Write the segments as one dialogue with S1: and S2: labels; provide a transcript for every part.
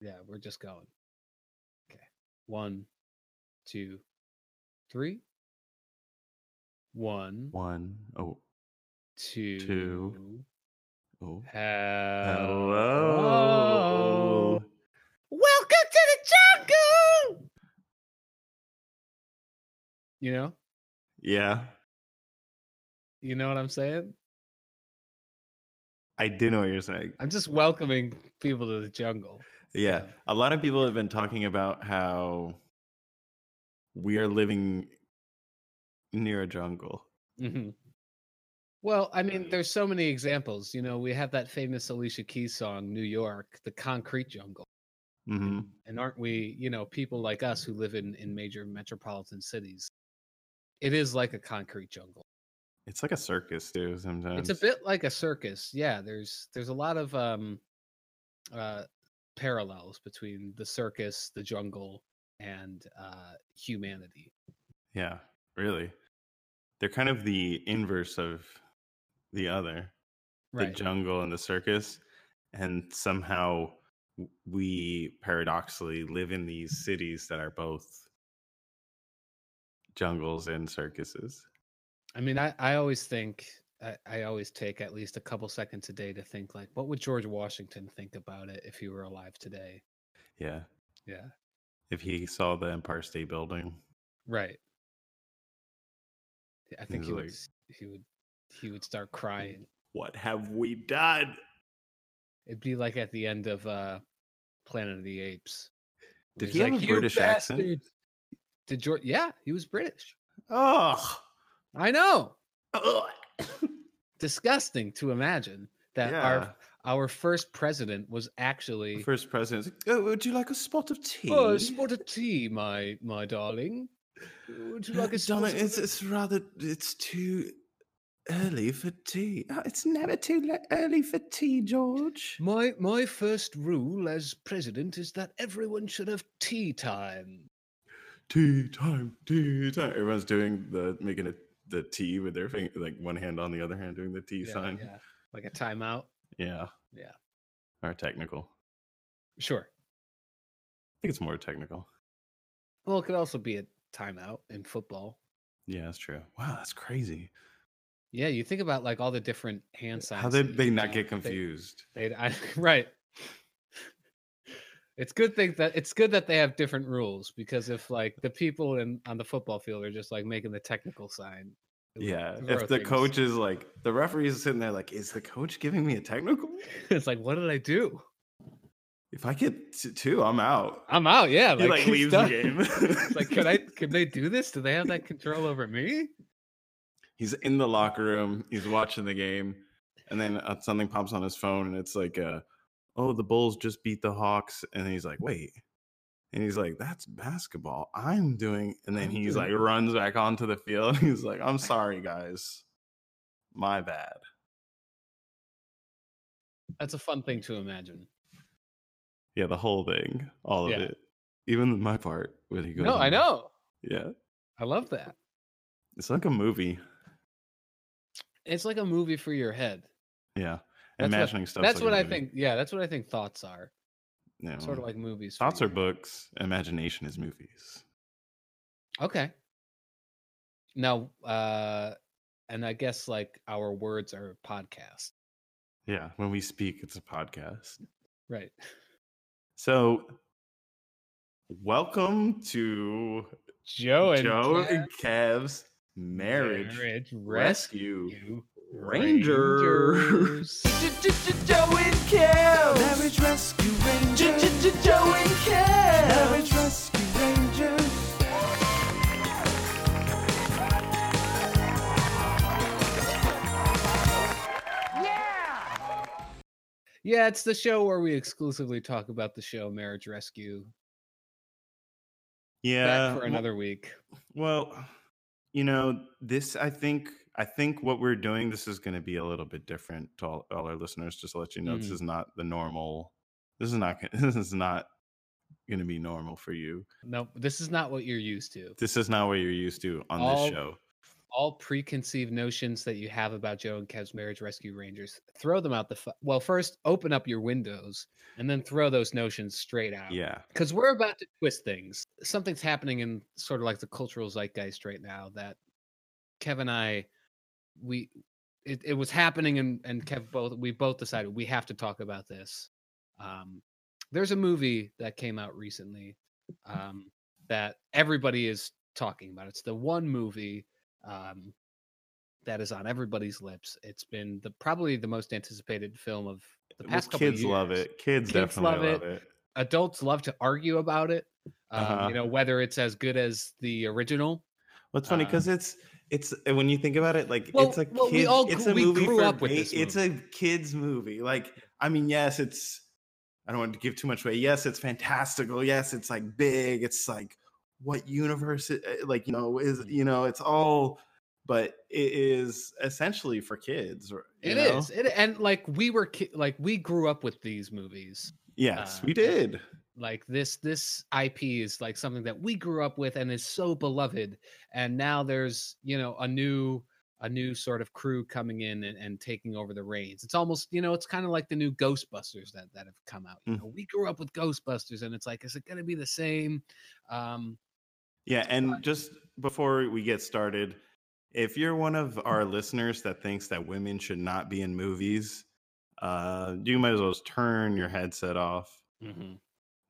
S1: Yeah, we're just going. Okay. One, two, three. One,
S2: One. Oh.
S1: two.
S2: two. Oh.
S1: Hello.
S2: Hello.
S1: Welcome to the jungle. You know,
S2: Yeah.
S1: you know what I'm saying?
S2: I do know what you're saying.
S1: I'm just welcoming people to the jungle.
S2: Yeah.
S1: So-
S2: A lot of people have been talking about how we are living near a jungle.
S1: Mhm. Well, I mean, there's so many examples. You know, we have that famous Alicia Keys song, New York, the concrete jungle.
S2: hmm
S1: and aren't we you know people like us who live in in major metropolitan cities it is like a concrete jungle
S2: It's like a circus, too, sometimes.
S1: it's a bit like a circus yeah there's there's a lot of um uh parallels between the circus the jungle and uh humanity
S2: Yeah, really. They're kind of the inverse of the other the
S1: right
S2: jungle and the circus. And somehow w- we paradoxically live in these cities that are both jungles and circuses.
S1: i mean i i always think I, I always take at least a couple seconds a day to think like what would george washington think about it if he were alive today
S2: Yeah.
S1: yeah
S2: If he saw the Empire State Building.
S1: Right. Yeah, I think
S2: He's
S1: he
S2: like-
S1: would s- he would he would start crying.
S2: What have we done?
S1: It'd be like at the end of uh Planet of the Apes.
S2: Did
S1: He's
S2: he have a
S1: "You
S2: British accent?"
S1: bastards!" Did George yeah, he was British.
S2: Oh,
S1: I know. Disgusting to imagine that
S2: Yeah.
S1: our our first president was actually
S2: first president. Oh, would you like a spot of tea?
S1: Oh, spot of tea, my my darling. Would you like a
S2: Donna,
S1: spot of
S2: it's, it's rather it's too early for tea. "Oh, it's never too le- early for tea, George.
S1: My my first rule as president is that everyone should have tea time.
S2: Tea time, tea time. Everyone's doing the making a the tea with their finger, like one hand on the other hand, doing the tea sign.
S1: yeah. Like a timeout.
S2: Yeah.
S1: Yeah.
S2: Or technical.
S1: Sure.
S2: I think it's more technical.
S1: Well, it could also be a timeout in football.
S2: Yeah, that's true. Wow, that's crazy.
S1: Yeah, you think about like all the different hand signs.
S2: How
S1: that
S2: did
S1: you
S2: they
S1: can
S2: not
S1: do.
S2: get
S1: They-
S2: confused?
S1: They, I, right. It's good thing that it's good that they have different rules because if like the people in on the football field are just like making the technical sign. it would
S2: Yeah.
S1: throw
S2: If the
S1: things.
S2: coach is like, the referee is sitting there like, is the coach giving me a technical?
S1: it's like, what did I do?
S2: If I get t- two, I'm out.
S1: I'm out. Yeah,
S2: He like
S1: he's
S2: leaves
S1: done.
S2: the game.
S1: It's like, can I? Can they do this? Do they have that control over me?
S2: He's in the locker room. He's watching the game, and then uh, something pops on his phone, and it's like, uh, "Oh, the Bulls just beat the Hawks," and he's like, "Wait," and he's like, "That's basketball. I'm doing." And then
S1: I'm
S2: he's
S1: doing
S2: like, runs back onto the field. He's like, "I'm sorry, guys, my bad."
S1: That's a fun thing to imagine.
S2: Yeah, the whole thing, all of
S1: Yeah.
S2: it, even my part when he goes.
S1: No, I
S2: on.
S1: know.
S2: Yeah,
S1: I love that.
S2: it's like a movie.
S1: It's like a movie for your head.
S2: Yeah,
S1: That's what-
S2: imagining stuff.
S1: that's what I think. Yeah, that's what I think thoughts are.
S2: Yeah.
S1: Sort of like movies. for
S2: Thoughts are
S1: your-
S2: books, imagination is movies.
S1: Okay. Now, uh, and I guess like our words are podcast,
S2: Yeah, when we speak, it's a podcast.
S1: right?
S2: So, welcome to
S1: Joe Oh, and
S2: Joe
S1: Kev
S2: and Kev's marriage,
S1: rescue,
S2: rescue.
S1: Rangers.
S3: Joe and Kev. Marriage Rescue Rangers. Joe and Kev. Marriage Rescue Rangers.
S1: yeah, it's the show where we exclusively talk about the show Marriage Rescue.
S2: Yeah,
S1: Back for
S2: w-
S1: another week.
S2: Well, you know, this I think I think what we're doing this is going to be a little bit different to all, all our listeners. Just to let you know, this
S1: Mhm.
S2: is not the normal. This is not. gonna- This is not going to be normal for you.
S1: No, this is not what you're used to.
S2: This is not what you're used to on
S1: All-
S2: this show.
S1: all preconceived notions that you have about Joe and Kev's marriage rescue rangers. Throw them out the fu- well. First, open up your windows and then throw those notions straight out.
S2: Yeah.
S1: because we're about to twist things. Something's happening in sort of like the cultural zeitgeist right now that Kev and I, we, it, it was happening, and and Kev both we both decided we have to talk about this. Um, there's a movie that came out recently um, that everybody is talking about. It's the one movie um, that is on everybody's lips. It's been the probably the most anticipated film of the
S2: Well,
S1: past couple
S2: kids
S1: of years
S2: love it. Kids,
S1: Kids
S2: definitely
S1: love
S2: love
S1: it.
S2: it.
S1: adults love to argue about it. Um,
S2: Uh-huh.
S1: You know whether it's as good as the original.
S2: What's funny because it's it's uh, when you think about it, like
S1: Um, Well-
S2: it's a
S1: well, we
S2: kids,
S1: all
S2: it's
S1: gr-
S2: a
S1: we
S2: movie
S1: grew
S2: for
S1: up with
S2: ba-
S1: this
S2: It's a kids movie. Like I mean, yes, it's I don't want to give too much away. Yes, it's fantastical. Yes, it's like big. It's like what universe? i- uh, Like you know is
S1: Mm.
S2: you know it's all, but it is essentially for kids. or- you
S1: It
S2: know?
S1: is, it, and like we were, ki- like we grew up with these movies.
S2: Yes,
S1: Uh,
S2: we did.
S1: Like this, this IP is like something that we grew up with and is so beloved. And now there's, you know, a new, a new sort of crew coming in and, and taking over the reins. It's almost, you know, it's kind of like the new Ghostbusters that that have come out. You
S2: Mm.
S1: know, we grew up with Ghostbusters, and it's like, is it going to be the same? Um,
S2: Yeah, and just before we get started, if you're one of our listeners that thinks that women should not be in movies, uh, you might as well just turn your headset off. Mm-hmm.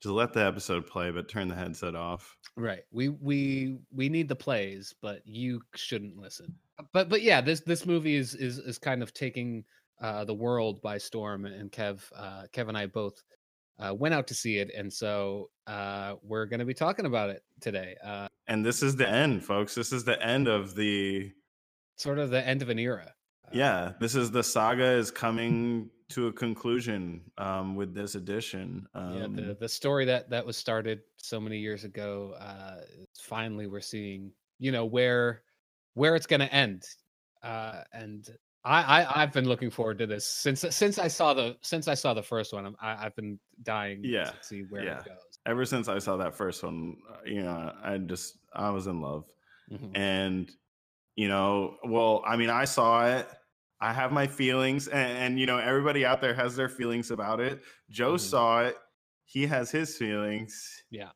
S2: Just let the episode play, but turn the headset off.
S1: Right. We we we need the plays, but you shouldn't listen. But but yeah, this this movie is is is kind of taking uh the world by storm and Kev uh Kev and I both uh went out to see it and so uh we're going to be talking about it today. Uh
S2: And this is the end, folks. This is the end of the
S1: sort of the end of an era. Uh,
S2: yeah. This is the saga is coming to a conclusion um, with this edition. Um,
S1: yeah, the the story that that was started so many years ago uh finally we're seeing, you know, where where it's going to end. Uh and I, I I've been looking forward to this since since I saw the since I saw the first one. I'm, I, I've been dying
S2: Yeah,
S1: to see where
S2: yeah.
S1: it goes.
S2: ever since I saw that first one, uh, you know, I just I was in love.
S1: Mm-hmm.
S2: and you know well i mean i saw it i have my feelings and, and you know everybody out there has their feelings about it joe
S1: Mhm.
S2: saw it he has his feelings
S1: Yeah.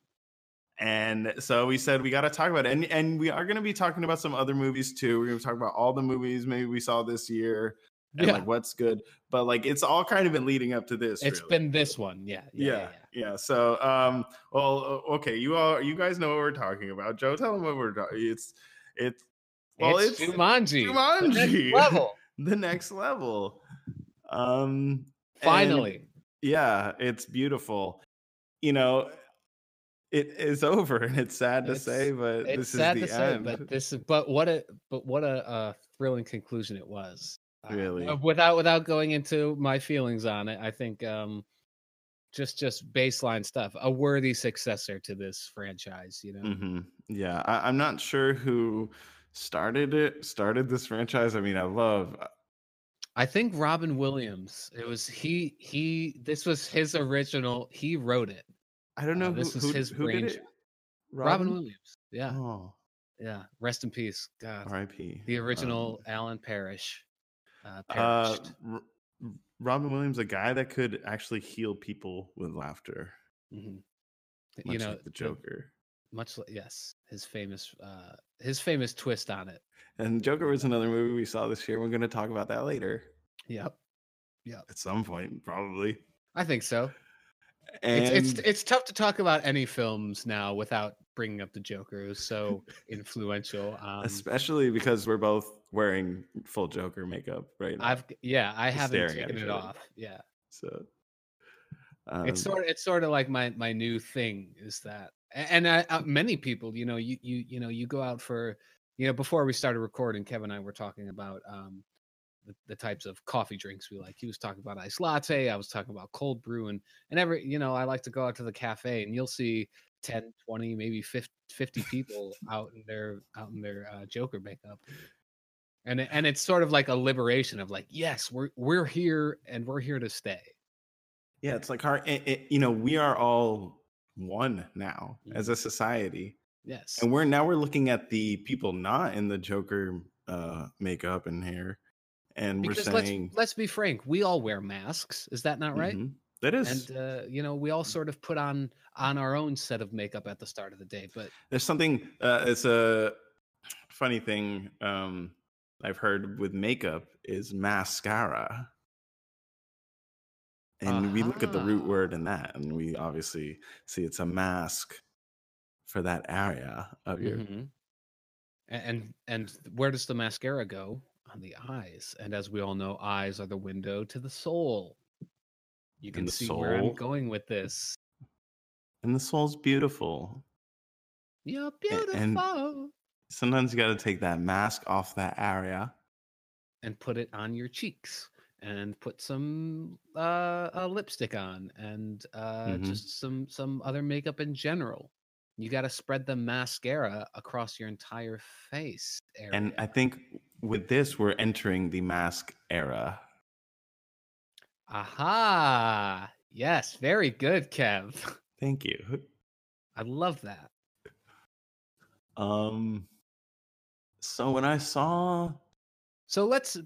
S2: and so we said we got to talk about it and, and we are going to be talking about some other movies too we're going to talk about all the movies maybe we saw this year and
S1: Yeah.
S2: like what's good but like it's all kind of been leading up to this
S1: It's
S2: really.
S1: been this one, yeah, yeah, yeah,
S2: yeah, yeah, So, um, well, o- okay, you all, you guys know what we're talking about. Joe, tell them what we're talking. It's, it's,
S1: yeah.
S2: well,
S1: it's,
S2: it's,
S1: Jumanji, the next
S2: Jumanji.
S1: level.
S2: the next level. Um, and
S1: Finally,
S2: yeah, it's beautiful. You know, it is over, and it's sad to
S1: It's-
S2: say, but
S1: it's
S2: this
S1: sad to
S2: is the
S1: say,
S2: end.
S1: but this is but what a but what a uh, thrilling conclusion it was. Uh,
S2: Really.
S1: uh, without without going into my feelings on it, I think um, just just baseline stuff. A worthy successor to this franchise, you know.
S2: hmm Yeah, I, I'm not sure who started it. Started this franchise. I mean, I love.
S1: I think Robin Williams. It was he. He. This was his original. He wrote it.
S2: I don't
S1: Uh,
S2: know who,
S1: this was
S2: who,
S1: his
S2: who did it.
S1: brainchild. Robin, Williams. Yeah.
S2: Oh,
S1: Yeah. Rest in peace. God.
S2: R.I.P.
S1: The
S2: Um,
S1: original Alan Parrish. Uh,
S2: Uh,
S1: perished.
S2: R- R- Robin Williams, a guy that could actually heal people with laughter,
S1: Mhm.
S2: much
S1: You know
S2: like the Joker.
S1: much li- yes, his famous uh, his famous twist on it.
S2: And Joker was another movie we saw this year. We're going to talk about that later
S1: Yep.
S2: at some point, probably.
S1: I think so.
S2: And
S1: It's, it's it's tough to talk about any films now without bringing up the Joker. It was so influential. Um,
S2: especially because we're both wearing full Joker makeup right now.
S1: I've yeah, I
S2: Just
S1: haven't
S2: staring at
S1: taken
S2: each
S1: it
S2: other.
S1: off. Yeah.
S2: so um,
S1: it's sort of, it's sort of like my my new thing is that a- and I, uh, many people you know you you you know you go out for you know before we started recording Kevin and I were talking about um the, the types of coffee drinks we like he was talking about iced latte I was talking about cold brew and and every you know I like to go out to the cafe and you'll see 10 20 maybe 50, 50 people out in their out in their uh, joker makeup and it- and it's sort of like a liberation of like yes we're we're here and we're here to stay
S2: yeah, it's like our, it, it- you know, we are all one now
S1: Mhm.
S2: as a society.
S1: yes
S2: and we're now we're looking at the people not in the joker uh, makeup and hair, and
S1: Because
S2: we're saying
S1: let's let's be frank, we all wear masks. Is that not right?
S2: Mhm. That is
S1: And uh, you know, we all sort of put on on our own set of makeup at the start of the day. But
S2: there's something uh, it's a funny thing um i've heard with makeup is mascara and we look at the root
S1: Aha.
S2: word in that and we obviously see it's a mask for that area of your
S1: Mhm. A- and and where does the mascara go? On the eyes. And as we all know, eyes are the window to the soul. You
S2: And
S1: can
S2: the
S1: see where I'm
S2: soul.
S1: going with this. Mm-hmm.
S2: and the soul's beautiful
S1: You're
S2: A-
S1: beautiful.
S2: and-
S1: And,
S2: sometimes you got to take that mask off that area
S1: put it on your cheeks and put some uh, uh lipstick on and uh
S2: Mhm.
S1: just some some other makeup in general. You got to spread the mascara across your entire face area.
S2: and i think with this we're entering the mask era
S1: Aha! Yes, very good, Kev.
S2: thank you
S1: I love that.
S2: um so when i saw
S1: So let's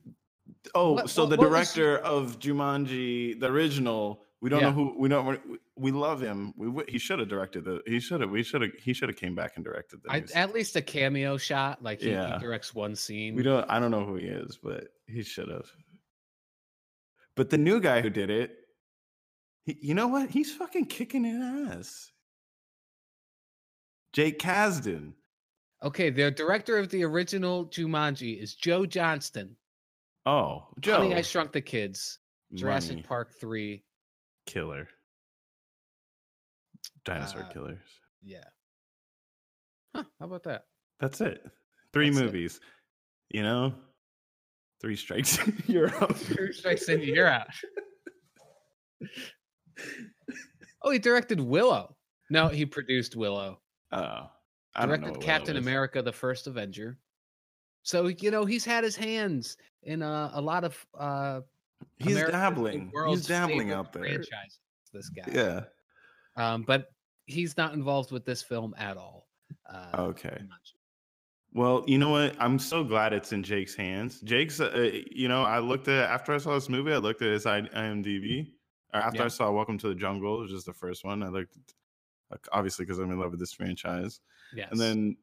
S2: Oh,
S1: What-
S2: so
S1: what-
S2: the
S1: what was-
S2: director of Jumanji, the original, we don't know
S1: Yeah.
S2: who we don't. we- We love him. We w- he should have directed the. He should have. We should have. He should have came back and directed the.
S1: I,
S2: new s-
S1: at least a cameo shot. Like he, he
S2: Yeah.
S1: directs one scene.
S2: we don't. I don't know who he is, but he should have. But the new guy who did it, he, you know what? He's fucking kicking his ass. Jake Kasdan.
S1: Okay, the director of the original Jumanji is Joe Johnston.
S2: Oh, Joe.
S1: Johnny, I Shrunk the Kids, Jurassic
S2: Money
S1: Park Three.
S2: Killer. Dinosaur
S1: Uh,
S2: killers.
S1: Yeah. Huh? How about that?
S2: That's it. Three
S1: That's it.
S2: movies. You know, three strikes. You're up.
S1: Two strikes in, you're out. Oh, he directed Willow. No, he produced Willow.
S2: Oh, I don't know
S1: directed
S2: what Willow
S1: Captain
S2: is.
S1: America: The First Avenger. So you know he's had his hands in a, a lot of uh,
S2: He's
S1: America's- the
S2: dabbling. He's
S1: world's
S2: dabbling
S1: favorite
S2: out there.
S1: franchises, This guy,
S2: Yeah.
S1: um, but he's not involved with this film at all. Uh,
S2: Okay.
S1: much.
S2: Well, you know what? I'm so glad it's in Jake's hands. Jake's, uh, you know, I looked at after I saw this movie, I looked at his I- IMDb. Or after
S1: Yeah.
S2: I saw Welcome to the Jungle, which is the first one, I looked at- obviously because I'm in love with this franchise.
S1: Yes.
S2: And then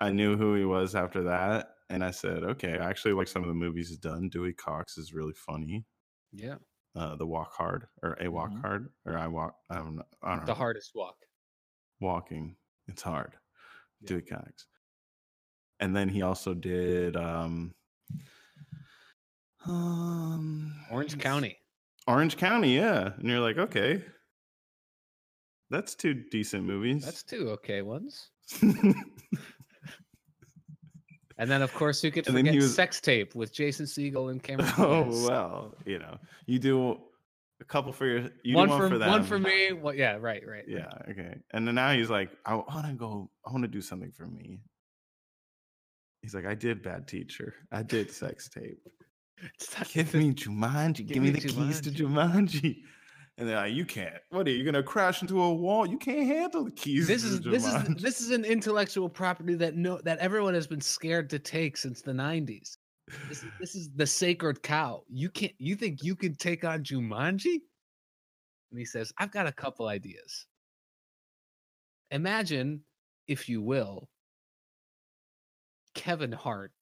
S2: I knew who he was after that. And I said, okay, I actually like some of the movies he's done. Dewey Cox is really funny.
S1: yeah,
S2: Uh, the Walk Hard or A Walk
S1: Mhm.
S2: Hard or I Walk. I don't know. I don't know.
S1: the hardest walk.
S2: Walking. It's hard.
S1: Yeah.
S2: Dewey Cox. And then he also did um, um
S1: Orange
S2: let's-
S1: County.
S2: Orange County, yeah. And you're like, okay, that's two decent movies.
S1: That's two okay ones. And then of course you could
S2: And then he
S1: forget
S2: was-
S1: Sex Tape with Jason Segel and Cameron. Diaz.
S2: Oh well, you know, you do a couple for your, you
S1: one
S2: do one
S1: for,
S2: for them.
S1: one for me. Well, yeah, right, right.
S2: Yeah, okay. And then now he's like, I want to go. I want to do something for me. He's like, I did bad teacher. I did sex tape.
S1: It's not-
S2: Give me Jumanji. Give, me,
S1: me
S2: the keys to Jumanji. And they're like, you can't. What are you gonna crash into a wall? You can't handle the keys.
S1: this
S2: to
S1: is this is
S2: Jumanji."
S1: this is an intellectual property that no that everyone has been scared to take since the 90s this is, this is the sacred cow you can't you think you can take on jumanji and he says i've got a couple ideas imagine if you will kevin hart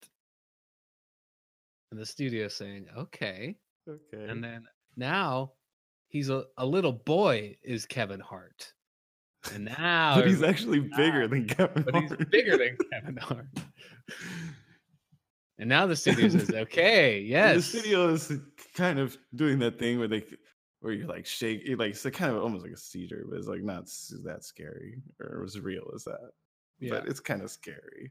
S1: in the studio saying okay
S2: okay.
S1: and then now he's a, a little boy is kevin hart and now
S2: but he's
S1: everybody-
S2: actually bigger than Kevin.
S1: but he's
S2: Hart.
S1: bigger than Kevin Hart. And now the studio says, "Okay, yes,
S2: And The studio is kind of doing that thing where they where you like shake you like it's like kind of almost like a seizure, but it's like not s- that scary or as real as that.
S1: yeah,
S2: But it's kind of scary.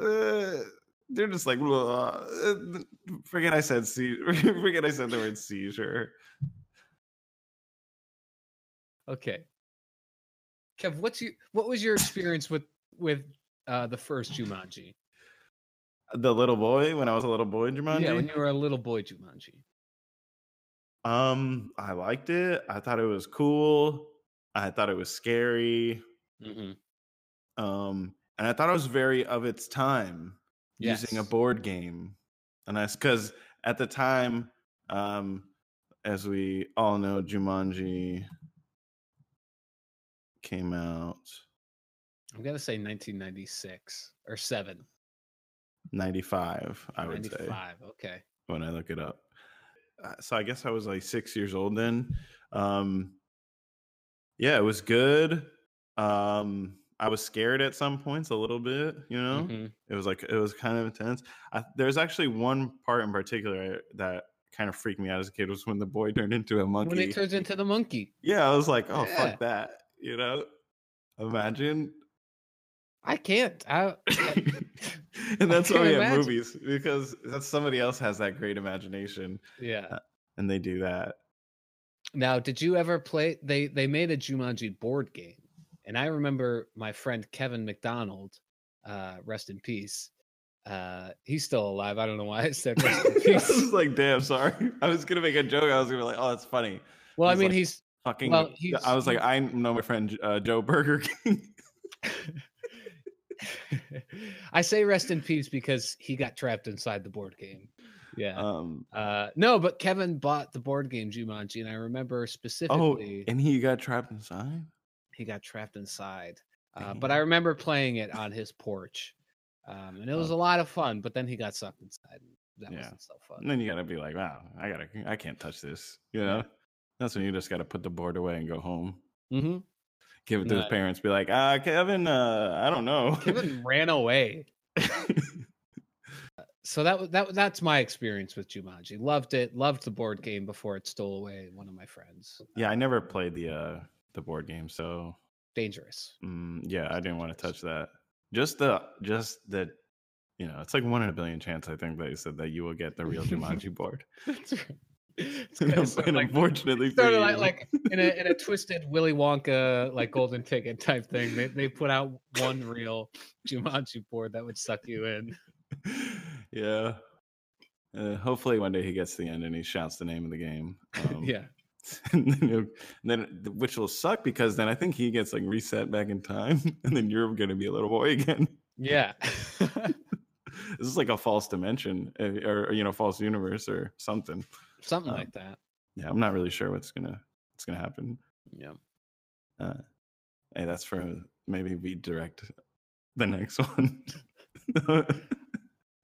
S2: Uh, they're just like "Blah, uh, th- forget I said seizure. forget I said the word seizure.
S1: okay." Kev, what's your what was your experience with with uh, the first Jumanji?
S2: The little boy when I was a little boy in Jumanji.
S1: Yeah, when you were a little boy, Jumanji.
S2: um, I liked it. I thought it was cool. I thought it was scary.
S1: Mm-hmm.
S2: um, and I thought it was very of its time. using a
S1: Yes.
S2: board game. And that's because at the time, um, as we all know, Jumanji came out
S1: I'm gonna say 1996 or seven.
S2: 95, I would say.
S1: 95. Okay.
S2: when I look it up. Uh, So I guess I was like six years old then. Um, yeah, it was good. Um, I was scared at some points a little bit, you know.
S1: Mhm.
S2: It was like it was kind of intense. I, there's actually one part in particular that kind of freaked me out as a kid was when the boy turned into a monkey.
S1: When it turns into the monkey,
S2: yeah, I was like, oh
S1: Yeah.
S2: fuck that, you know. Imagine
S1: I can't. I, I-
S2: and that's why
S1: can't
S2: we have
S1: imagine.
S2: movies because that's somebody else has that great imagination
S1: yeah.
S2: and they do that.
S1: Now, did you ever play? They they made a Jumanji board game, and I remember my friend Kevin McDonald, uh, rest in peace. Uh, he's still alive. I don't know why I said rest in
S2: I was
S1: peace.
S2: like, damn, sorry. I was gonna make a joke. I was gonna be like, oh, that's funny.
S1: Well, I
S2: he's
S1: mean,
S2: like-
S1: he's
S2: Fucking.
S1: Well,
S2: I
S1: he's-
S2: was like, I know my friend uh, Joe Burger King.
S1: I say rest in peace because he got trapped inside the board game. Yeah.
S2: um.
S1: Uh, no, but Kevin bought the board game Jumanji, and I remember
S2: Oh,
S1: specifically
S2: and he got trapped inside.
S1: he got trapped inside. Uh, but I remember playing it on his porch, um, and it was a lot of fun. But then he got sucked inside. and That
S2: Oh. Yeah.
S1: wasn't so fun.
S2: And then you gotta be like, wow, I gotta, I can't touch this. You know, that's when you just gotta put the board away and go home.
S1: hmm
S2: Give it to his
S1: No.
S2: parents. Be like, uh, Kevin, uh, I don't know.
S1: Kevin ran away. So that was that. wa- That's my experience with Jumanji. Loved it. Loved the board game before it stole away one of my friends.
S2: yeah, I never played the uh the board game, so
S1: Dangerous.
S2: Mm, yeah, I didn't want to touch
S1: dangerous.
S2: that. Just the just the you know, it's like one in a billion chance I think that you said that you will get the real Jumanji board.
S1: That's right. It's
S2: and
S1: kinda sort of like-
S2: unfortunately, for
S1: sort of
S2: you,
S1: like, like in a in a twisted Willy Wonka like golden ticket type thing. They they put out one real Jumanji board that would suck you in.
S2: yeah. Uh, hopefully, one day he gets to the end and he shouts the name of the game. Um,
S1: Yeah.
S2: and then, he'll- then th- which will suck because then I think he gets like reset back in time, and then you're going to be a little boy again.
S1: Yeah.
S2: this is like a false dimension, uh, or or, you know, false universe, or something.
S1: Something
S2: Um,
S1: like that.
S2: yeah, I'm not really sure what's gonna what's gonna happen.
S1: Yeah.
S2: Hey, that's for maybe we direct the next one.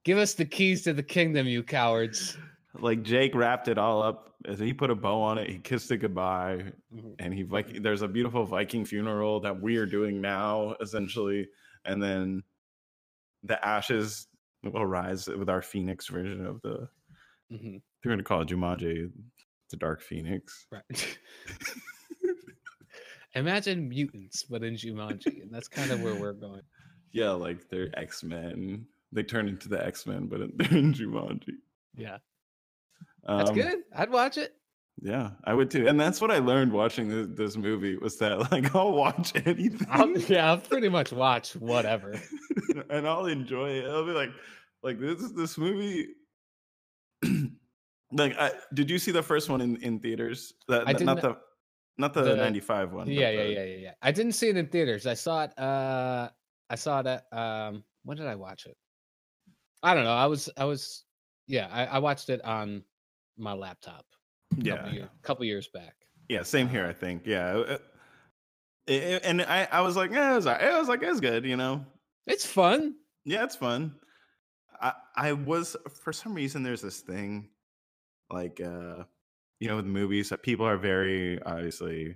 S1: Give us the keys to the kingdom, you cowards.
S2: like Jake wrapped it all up. as He put a bow on it. He kissed it goodbye,
S1: Mhm.
S2: and he Viking, there's a beautiful Viking funeral that we are doing now, essentially, and then the ashes will rise with our phoenix version of the.
S1: Mhm.
S2: They're gonna call it Jumanji, the Dark Phoenix.
S1: Right. Imagine mutants, but in Jumanji, and that's kind of where we're going.
S2: Yeah, like they're X Men. They turn into the X Men, but they're in Jumanji.
S1: Yeah, that's
S2: Um,
S1: good. I'd watch it.
S2: Yeah, I would too. And that's what I learned watching this, this movie was that like I'll watch anything
S1: I'll, yeah, I'll pretty much watch whatever.
S2: and I'll enjoy it. I'll be like, like this is this movie. like, I, did you see the first one in in theaters? That,
S1: I
S2: that-
S1: did not-
S2: not the not the
S1: the-
S2: ninety five one. but
S1: yeah, yeah,
S2: the-
S1: yeah, yeah, yeah. I didn't see it in theaters. I saw it. Uh, I saw it at. Um, when did I watch it? I don't know. I was. I was. Yeah, I, I watched it on my laptop. A
S2: yeah,
S1: couple, year, couple years back.
S2: yeah. Same here, I think. Yeah, uh, it- it- and I I was like, yeah, it was, all right. I was like, it's good, you know.
S1: It's fun.
S2: Yeah, it's fun. I I was for some reason there's this thing like uh you know with movies that people are very obviously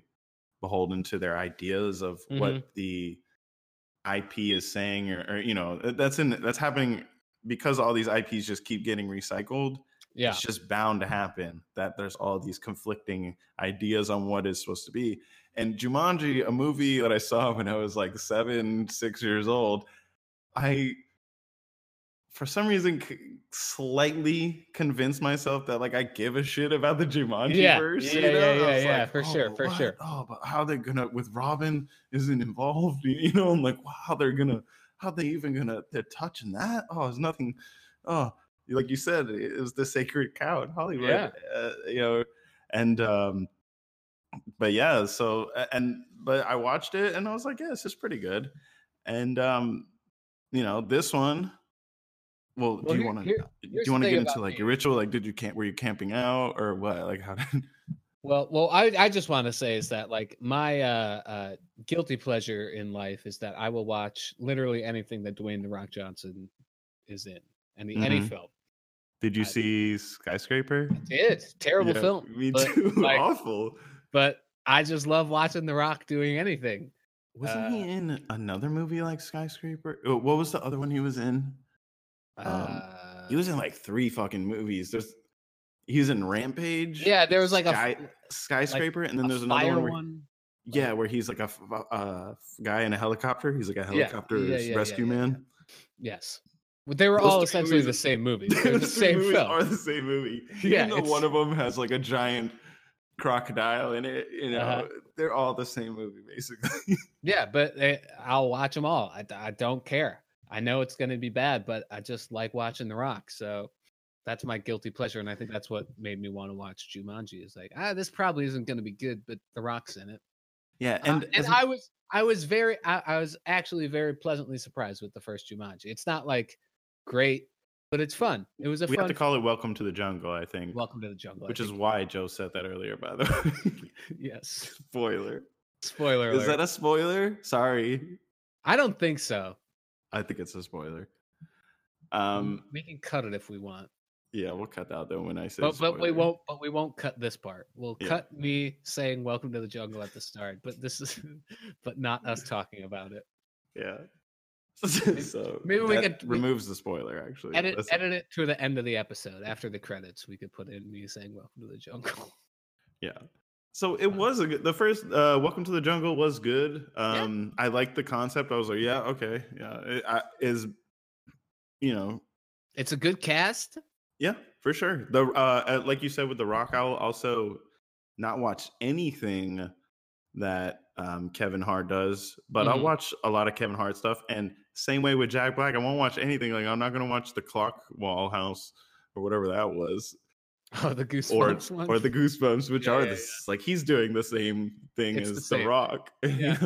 S2: beholden to their ideas of what the IP is saying or, or you know th- that's in that's happening because all these IPs just keep getting recycled.
S1: Yeah.
S2: It's just bound to happen that there's all these conflicting ideas on what is supposed to be. And Jumanji, a movie that I saw when I was like seven, six years old, I, for some reason, c- slightly convinced myself that like I give a shit about the Jumanji
S1: Yeah,
S2: verse.
S1: yeah,
S2: you know?
S1: yeah,
S2: I
S1: yeah,
S2: was
S1: yeah,
S2: like,
S1: for sure,
S2: "Oh,
S1: for
S2: what?
S1: sure."
S2: Oh, but how they're gonna with Robin isn't involved? You know, I'm like, wow, they're gonna, how they even gonna? They're touching that? Oh, there's nothing. Oh, like you said, it was the sacred cow in Hollywood.
S1: Yeah.
S2: Uh, you know, and um, but yeah, so a- and but I watched it and I was like, yeah, this is pretty good. And um, you know, this one Well,
S1: Well,
S2: do you
S1: here-
S2: want to
S1: here-
S2: do
S1: here's
S2: you
S1: the
S2: want to
S1: thing
S2: get
S1: about
S2: into like
S1: me.
S2: your ritual? Like, did you camp? Were you camping out or what? Like, how did?
S1: Well, well, I, I just want to say is that like my uh, uh, guilty pleasure in life is that I will watch literally anything that Dwayne the Rock Johnson is in, any any
S2: Mhm.
S1: film.
S2: Did you
S1: I-
S2: see Skyscraper?
S1: It's terrible
S2: Yeah,
S1: film,
S2: Me
S1: but,
S2: too.
S1: like-
S2: Awful.
S1: but I just love watching the Rock doing anything.
S2: Wasn't
S1: uh,
S2: he in another movie like Skyscraper? Oh, What was the other one he was in? Um,
S1: uh,
S2: He was in like three fucking movies. There's he was in Rampage.
S1: yeah, there was like a,
S2: Sky-
S1: f-
S2: skyscraper, and then
S1: a
S2: there's another
S1: fire
S2: one. Where,
S1: one.
S2: Yeah, where he's like a f- uh, guy in a helicopter. He's like a
S1: yeah,
S2: helicopter
S1: yeah, yeah,
S2: rescue
S1: yeah, yeah.
S2: man.
S1: Yes, but they were
S2: Those
S1: all
S2: three
S1: essentially
S2: movies-
S1: the same movie. They're the
S2: Those three
S1: same
S2: movies
S1: film.
S2: are the same movie.
S1: Yeah,
S2: Even though
S1: it's-
S2: one of them has like a giant crocodile in it, you know,
S1: Uh-huh.
S2: they're all the same movie basically.
S1: Yeah, but eh, I'll watch them all. I, d- I don't care. I know it's going to be bad, but I just like watching The Rock. So that's my guilty pleasure, and I think that's what made me want to watch Jumanji. Is like, ah, this probably isn't going to be good, but The Rock's in it.
S2: yeah,
S1: Uh,
S2: and
S1: and
S2: as-
S1: I was I was very I, I was actually very pleasantly surprised with the first Jumanji. It's not like great, but it's fun. It was a
S2: we
S1: fun.
S2: have to call it "Welcome to the Jungle," I think,
S1: Welcome to the jungle, I
S2: which is
S1: think.
S2: why Joe said that earlier. By the way,
S1: yes.
S2: spoiler.
S1: Spoiler alert.
S2: Is that a spoiler? Sorry,
S1: I don't think so.
S2: I think it's a spoiler.
S1: Um,
S2: Um,
S1: we can cut it if we want.
S2: yeah, we'll cut out though when I say.
S1: but, but we
S2: spoiler.
S1: won't but we won't cut this part we'll
S2: Yeah.
S1: cut me saying welcome to the jungle at the start but this is but not us talking about it
S2: Yeah. so
S1: maybe we
S2: that
S1: could- we-
S2: removes the spoiler. Actually,
S1: edit
S2: That's-
S1: edit it to the end of the episode after the credits we could put in me saying welcome to the jungle
S2: Yeah. So it was a good, the first uh, Welcome to the Jungle was good.
S1: Yeah.
S2: Um, I liked the concept. I was like, yeah, okay, yeah, it, I, is you know,
S1: it's a good cast
S2: yeah, for sure. The uh, uh, like you said with the Rock, I'll also not watch anything that um, Kevin Hart does, but I'll
S1: Mhm.
S2: watch a lot of Kevin Hart stuff. And same way with Jack Black, I won't watch anything. Like I'm not gonna watch the Clock Wall House or whatever that was
S1: oh the goose
S2: or
S1: one
S2: or the goosebumps which
S1: Yeah,
S2: are
S1: yeah,
S2: this like he's doing the same thing
S1: It's the
S2: as the,
S1: same.
S2: rock
S1: Yeah.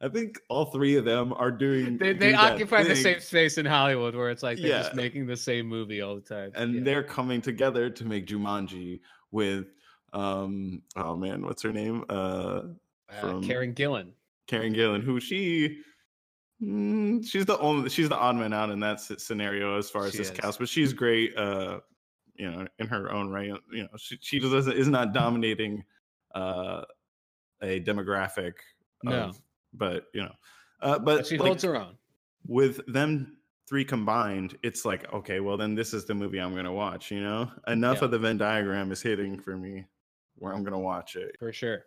S2: i think all three of them are doing
S1: they,
S2: do
S1: they
S2: that
S1: occupy the
S2: thing,
S1: same space in hollywood where it's like they're just
S2: Yeah.
S1: making the same movie all the time
S2: and
S1: Yeah.
S2: they're coming together to make jumanji with um oh man what's her name uh
S1: Uh,
S2: from-
S1: karen gillan Mm-hmm.
S2: karen gillan who she mm, she's the only she's the odd man out in that sce- scenario as far as
S1: She
S2: this
S1: is.
S2: cast but she's great uh you know in her own right you know she, she doesn't is
S1: Mm-hmm.
S2: not dominating uh a demographic
S1: no
S2: of- but you know, uh, but,
S1: but she
S2: like,
S1: holds her own
S2: with them three combined, it's like okay, well then this is the movie I'm gonna watch. You know, enough
S1: Yeah.
S2: of the Venn diagram is hitting for me where I'm gonna watch it.
S1: for sure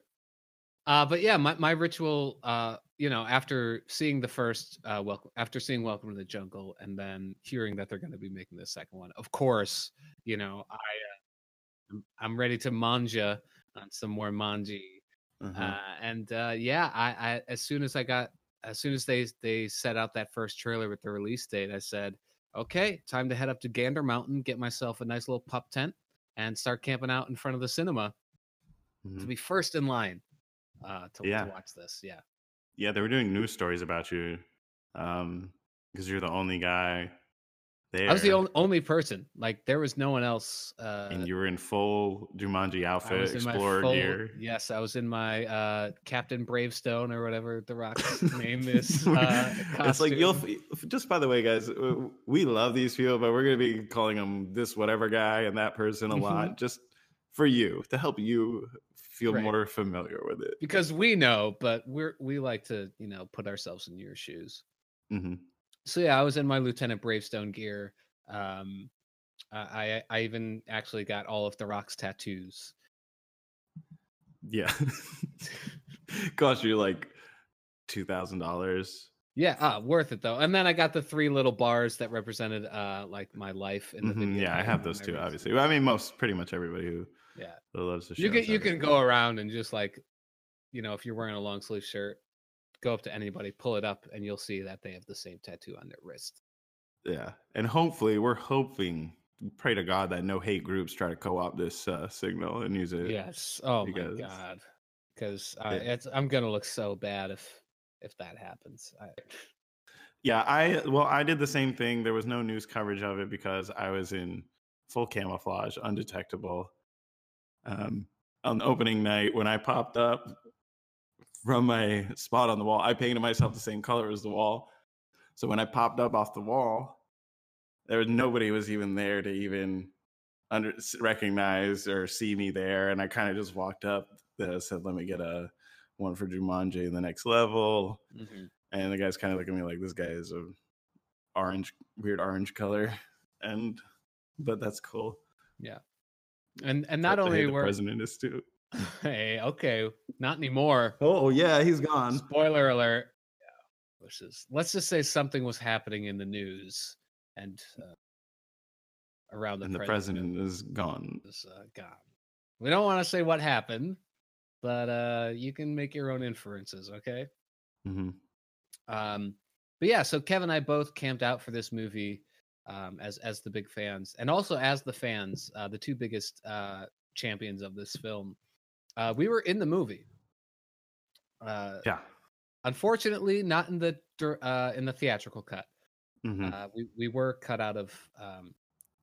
S1: uh but yeah my, my ritual uh you know after seeing the first uh welcome after seeing welcome to the jungle and then hearing that they're going to be making the second one of course you know i uh, I'm- i'm ready to manja on some more manji
S2: Uh-huh.
S1: uh, and uh, yeah, I, I as soon as I got as soon as they they set out that first trailer with the release date, I said, "Okay, time to head up to Gander Mountain, get myself a nice little pup tent, and start camping out in front of the cinema to
S2: Mhm.
S1: be first in line uh, to,
S2: Yeah.
S1: to watch this." Yeah,
S2: yeah, they were doing news stories about you um because you're the only guy there.
S1: I was the only, only person. Like there was no one else. Uh,
S2: and you were in full Jumanji
S1: I
S2: outfit,
S1: was in my
S2: explorer
S1: full-
S2: gear.
S1: Yes, I was in my uh, Captain Bravestone or whatever the Rock's name is. Uh,
S2: it's like you'll
S1: costume.
S2: f- just by the way, guys. w- We love these people, but we're gonna be calling them this whatever guy and that person a lot, just for you to help you feel
S1: Mm-hmm. Right.
S2: more familiar with it.
S1: because we know, but we're we like to you know put ourselves in your shoes.
S2: Mhm.
S1: So yeah, I was in my Lieutenant Bravestone gear. Um, I I I even actually got all of the Rock's tattoos.
S2: Yeah, cost you like two thousand dollars.
S1: Yeah, ah, worth it though. And then I got the three little bars that represented uh like my life in the video.
S2: Mm-hmm. Yeah, I
S1: game
S2: have
S1: and
S2: those too.
S1: everything.
S2: Obviously, Well, I mean, most pretty much everybody who
S1: Yeah.
S2: that loves the show.
S1: You can
S2: has
S1: you
S2: that.
S1: can go around and just like, you know, if you're wearing a long sleeve shirt, go up to anybody, pull it up, and you'll see that they have the same tattoo on their wrist.
S2: Yeah, and hopefully, we're hoping, pray to God that no hate groups try to co-opt this uh, signal and use it.
S1: Yes. Oh
S2: because-
S1: my god. Because uh,
S2: Yeah.
S1: it's I'm gonna look so bad if if that happens. I,
S2: Yeah, I well, I did the same thing. There was no news coverage of it because I was in full camouflage, undetectable. Um, on opening night, when I popped up from my spot on the wall, I painted myself the same color as the wall. So when I popped up off the wall, there was nobody was even there to even under recognize or see me there, and I kind of just walked up. uh, said, "Let me get a one for Jumanji in the next level."
S1: Mhm.
S2: and the guy's kind of looking at me like this guy is a orange weird orange color and but that's cool
S1: And and not
S2: But I hate
S1: only
S2: the
S1: were
S2: president is too
S1: hey okay not anymore.
S2: oh yeah he's gone
S1: Spoiler alert. Which is let's just say something was happening in the news and uh, around the
S2: and the
S1: president.
S2: president is gone
S1: is uh, gone. We don't want to say what happened, but uh, you can make your own inferences, okay?
S2: hmm
S1: Um, but yeah, so Kevin and I both camped out for this movie um, as as the big fans, and also as the fans, uh, the two biggest uh, champions of this film. Uh, we were in the movie. Uh,
S2: yeah
S1: unfortunately, not in the dir- uh, in the theatrical cut.
S2: Mhm.
S1: Uh, we we were cut out of um,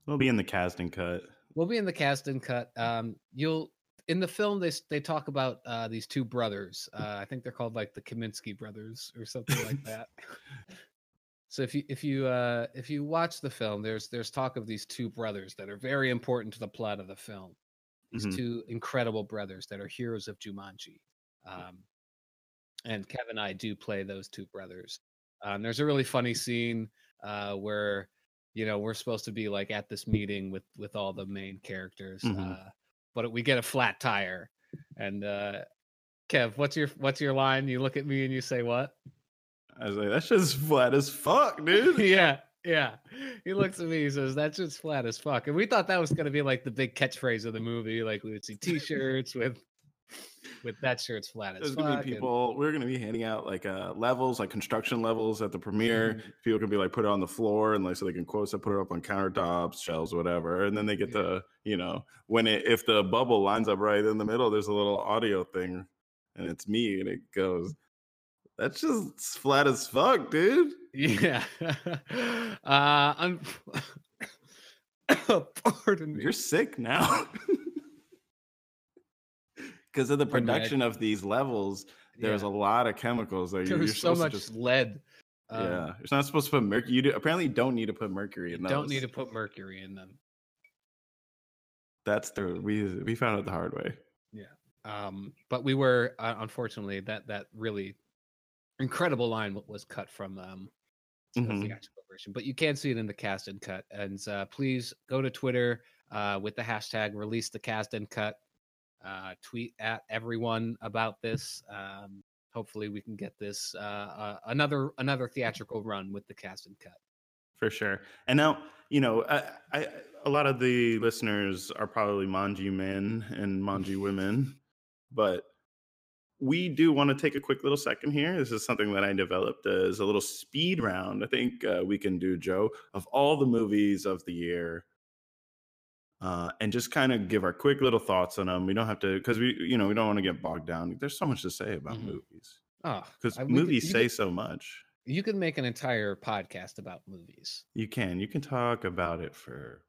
S2: we'll be in the casting cut
S1: We'll be in the cast and cut. Um, you'll in the film they s- they talk about uh, these two brothers. Uh, I think they're called like the Kaminsky brothers or something like that. so if you if you uh, if you watch the film, there's there's talk of these two brothers that are very important to the plot of the film. These
S2: Mhm.
S1: two incredible brothers that are heroes of Jumanji. Um, and Kevin and I do play those two brothers. Um, there's a really funny scene uh, where you know we're supposed to be like at this meeting with with all the main characters,
S2: Mhm.
S1: uh, but we get a flat tire, and uh, Kev, what's your what's your line? You look at me and you say what?
S2: i was like that's just flat as fuck dude
S1: yeah, yeah. He looks at me. He says, "That's just flat as fuck." And we thought that was going to be like the big catchphrase of the movie. Like we would see T-shirts with with that shirt's flat as
S2: there's
S1: fuck.
S2: gonna be
S1: and-
S2: people we're gonna be handing out like uh levels like construction levels at the premiere
S1: Mhm.
S2: people can be like put it on the floor and like so they can quote it, put it up on countertops, shelves, whatever. And then they get
S1: Yeah.
S2: the, you know, when it if the bubble lines up right in the middle, there's a little audio thing and it's me and it goes, That's just flat as fuck, dude.
S1: Yeah. uh, I'm. Pardon me.
S2: You're sick now. Because of the
S1: Poor Meg.
S2: production of these levels, there's
S1: Yeah.
S2: a lot of chemicals that
S1: there
S2: you're,
S1: was so
S2: supposed
S1: much
S2: to just
S1: lead. Um,
S2: yeah, it's not supposed to put mercury. You do, apparently don't need to put mercury
S1: you
S2: in those.
S1: don't need to put mercury in them.
S2: That's the we we found it the hard way.
S1: Um, but we were uh, unfortunately that that really incredible line wa- was cut from um, of
S2: Mhm.
S1: the actual version, but you can see it in the cast and cut. And uh, please go to Twitter uh, with the hashtag release the cast and cut. Uh, tweet at everyone about this. Um, hopefully, we can get this uh, uh, another another theatrical run with the cast and cut.
S2: for sure. And now, you know, I, I, a lot of the listeners are probably Manji men and Manji women, but we do want to take a quick little second here. This is something that I developed as a little speed round. I think uh, we can do, Joe, of all the movies of the year. Uh, and just kind of give our quick little thoughts on them. We don't have to, because we, you know, we don't want to get bogged down. There's so much to say about
S1: Mhm.
S2: movies
S1: Oh,
S2: because
S1: I- we could-
S2: movies
S1: you
S2: say
S1: could-
S2: so much.
S1: you can make an entire podcast about movies.
S2: You can. You can talk about it for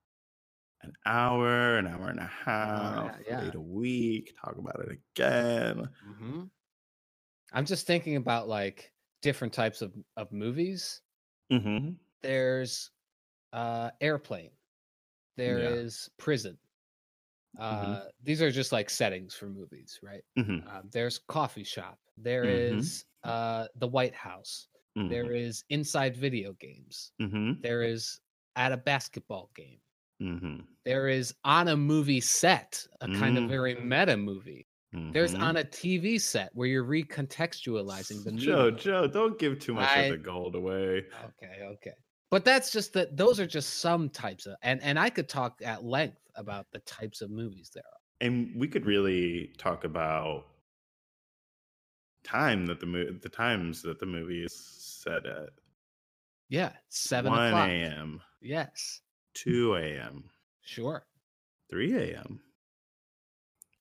S2: an hour, an hour and
S1: hour and
S2: a
S1: a
S2: half,
S1: half, Oh, yeah.
S2: eight a week, talk about it again.
S1: I'm just thinking about like different types of of movies.
S2: hmm
S1: Mm-hmm, there's uh airplane There is
S2: Yeah.
S1: prison uh
S2: Mhm.
S1: these are just like settings for movies right
S2: hmm
S1: uh, there's coffee shop There is
S2: Mhm.
S1: uh the white house
S2: hmm
S1: There is inside video games
S2: hmm
S1: there is at a basketball game mm-hmm,
S2: hmm
S1: there is on a movie set a kind of
S2: Mm.
S1: very meta movie there's
S2: Mm-hmm.
S1: on a tv set where you're recontextualizing the
S2: Joe,
S1: movie.
S2: Joe, don't give too much
S1: I-
S2: of the gold away.
S1: Okay, okay. But that's just that those are just some types of and and I could talk at length about the types of movies there are.
S2: And we could really talk about time that the movie, the times that the movie is set at.
S1: Yeah, seven
S2: 1
S1: o'clock. Mm.
S2: a.m.,
S1: Yes,
S2: 2 a.m.,
S1: sure.
S2: 3 a.m.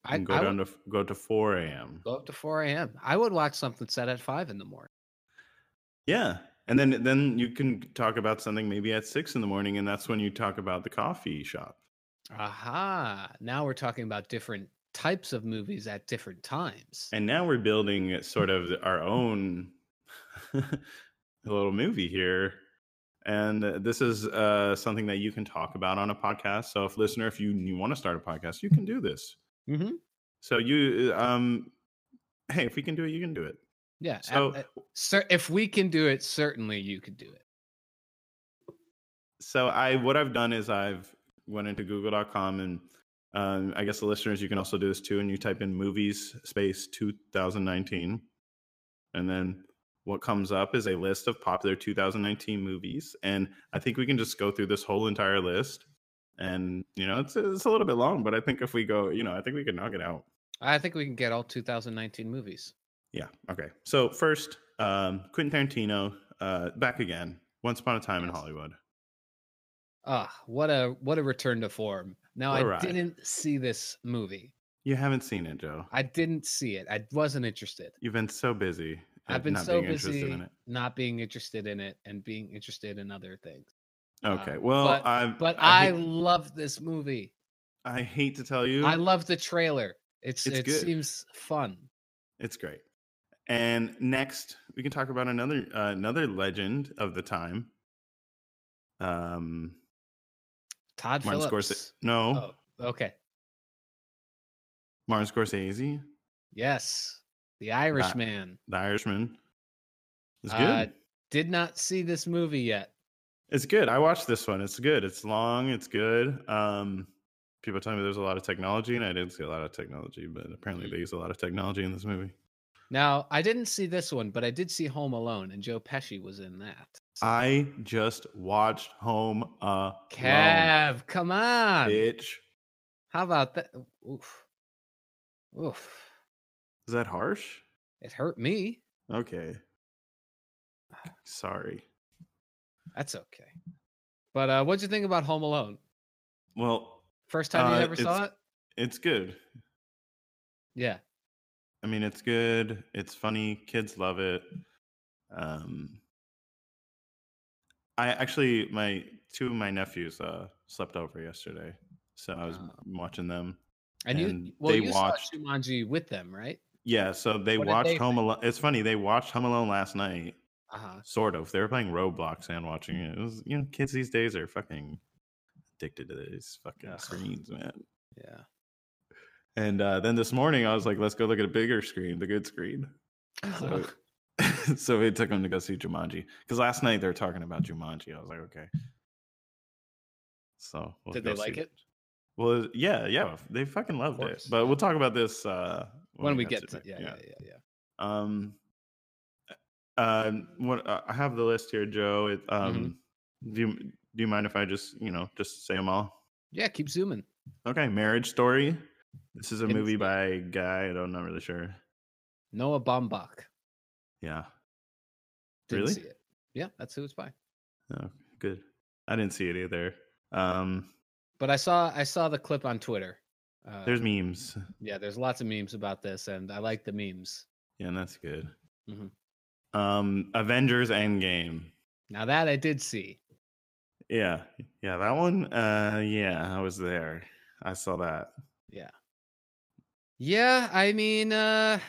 S1: I,
S2: and go
S1: I would
S2: down to go to 4 a.m.
S1: go up to four a.m. I would watch something set at five in the morning.
S2: Yeah. And then then you can talk about something maybe at six in the morning, and that's when you talk about the coffee shop.
S1: Aha. Now we're talking about different types of movies at different times.
S2: And now we're building sort of our own little movie here. And uh, this is uh, something that you can talk about on a podcast. So, if listener, if you, you want to start a podcast, you can do this.
S1: hmm
S2: So, you, um, hey, if we can do it, you can do it.
S1: Yeah. a-
S2: So,
S1: a- cer- if we can do it, certainly you could do it.
S2: so I what I've done is I've went into Google.com and um, I guess the listeners you can also do this too, and you type in movies space 2019, and then what comes up is a list of popular 2019 movies, and I think we can just go through this whole entire list, and you know it's it's a little bit long, but I think if we go, you know, I think we can knock it out.
S1: I think we can get all 2019 movies.
S2: Yeah. Okay. So first, um, Quentin Tarantino uh, back again. Once upon a time in Hollywood.
S1: Ah, what a what a return to form. Now
S2: What
S1: I
S2: a ride.
S1: didn't see this movie.
S2: You haven't seen it, Joe.
S1: I didn't see it. I wasn't interested.
S2: You've been so busy. at
S1: I've been
S2: not
S1: so
S2: being interested
S1: busy
S2: in it.
S1: not being interested in it and being interested in other things.
S2: Okay.
S1: Um,
S2: Well,
S1: but-
S2: I
S1: But I,
S2: I hate,
S1: love this movie.
S2: I hate to tell you,
S1: I love the trailer. It's,
S2: It's
S1: it
S2: good.
S1: seems fun.
S2: it's great. And next, we can talk about another uh, another legend of the time. Um,
S1: Todd
S2: Martin
S1: Phillips.
S2: Scorsese. No,
S1: Oh, okay.
S2: Martin Scorsese,
S1: Yes, The Irishman.
S2: The Irishman. It's good.
S1: Uh, Did not see this movie yet.
S2: it's good. I watched this one. It's good. It's long. It's good. Um, people tell me there's a lot of technology, and I didn't see a lot of technology, but
S1: Mm.
S2: apparently they use a lot of technology in this movie.
S1: Now I didn't see this one, but I did see Home Alone, and Joe Pesci was in that. So-
S2: I just watched Home Alone,
S1: Cav, come on!
S2: bitch.
S1: How about that? Oof, oof.
S2: Is that harsh?
S1: It hurt me.
S2: Okay. Sorry.
S1: That's okay. But uh, what'd you think about Home Alone?
S2: Well,
S1: First time you
S2: Uh,
S1: ever saw
S2: it's-
S1: it?
S2: it's good.
S1: Yeah.
S2: I mean, it's good. It's funny. Kids love it. Um, I actually, my two of my nephews uh, slept over yesterday, so I was
S1: Oh.
S2: watching them.
S1: And, you,
S2: And
S1: well,
S2: they
S1: you
S2: watched-
S1: saw Jumanji with them, right?
S2: Yeah, so they
S1: What did
S2: watched
S1: they
S2: Home Alone. It's funny they watched Home Alone last night,
S1: Uh huh.
S2: sort of. They were playing Roblox and watching it. it was, you know, kids these days are fucking addicted to these fucking
S1: Ugh.
S2: screens, man.
S1: Yeah.
S2: And uh, then this morning, I was like, let's go look at a bigger screen, the good screen. So, so we took him to go see Jumanji. Because last night they were talking about Jumanji. I was like, okay. So we'll
S1: Did
S2: go
S1: they like
S2: see
S1: it?
S2: Well, yeah, yeah. They fucking loved it.
S1: course.
S2: But we'll talk about this uh,
S1: when we get to
S2: it.
S1: yeah, yeah, yeah, yeah.
S2: Um, um, what I I have the list here, Joe. It, um, do you do you mind if I just you know just say them all?
S1: Yeah, keep zooming.
S2: Okay, Marriage Story. This is a
S1: Didn't see
S2: movie
S1: it.
S2: by a guy. I don't, not really sure.
S1: Noah Baumbach.
S2: Yeah,
S1: Didn't
S2: Really?
S1: see it. Yeah, that's who it's by.
S2: oh, good. I didn't see it either. Um,
S1: But I saw I saw the clip on Twitter. Uh,
S2: there's memes.
S1: yeah, there's lots of memes about this, and I like the memes.
S2: Yeah, and that's good.
S1: Mhm.
S2: Um, Avengers Endgame.
S1: Now that I did see,
S2: Yeah, yeah, that one. Uh, yeah, I was there. I saw that.
S1: yeah, I mean, uh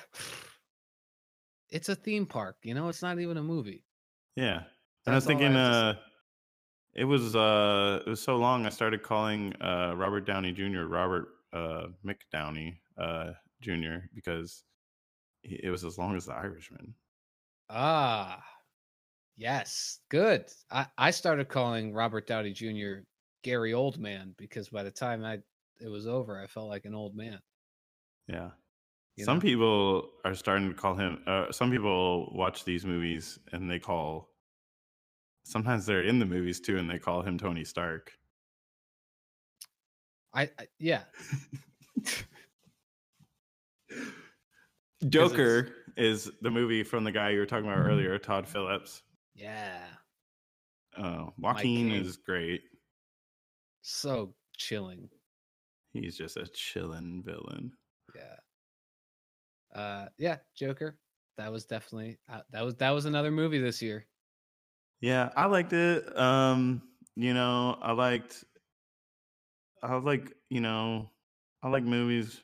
S1: it's a theme park. You know, it's not even a movie.
S2: Yeah. And I was
S1: That's all I
S2: thinking
S1: have to
S2: uh it was uh it was so long I started calling uh Robert Downey Jr. Robert uh McDowney uh Jr. because he, it was as long as the Irishman.
S1: Ah, yes, good. I, I started calling Robert Downey Jr. Gary Oldman because by the time I it was over, I felt like an old man.
S2: Yeah.
S1: you
S2: some
S1: know?
S2: people are starting to call him uh some people watch these movies and they call sometimes they're in the movies too and they call him Tony Stark.
S1: I, I yeah, it's-
S2: Joker is the movie from the guy you were talking about
S1: Mm-hmm.
S2: earlier, Todd Phillips.
S1: yeah,
S2: Uh, Joaquin
S1: King.
S2: is great.
S1: so chilling.
S2: He's just a chillin' villain.
S1: Yeah, uh, yeah, Joker. That was definitely uh, that was that was another movie this year.
S2: Yeah, I liked it. Um, you know, I liked I like, you know, I like movies.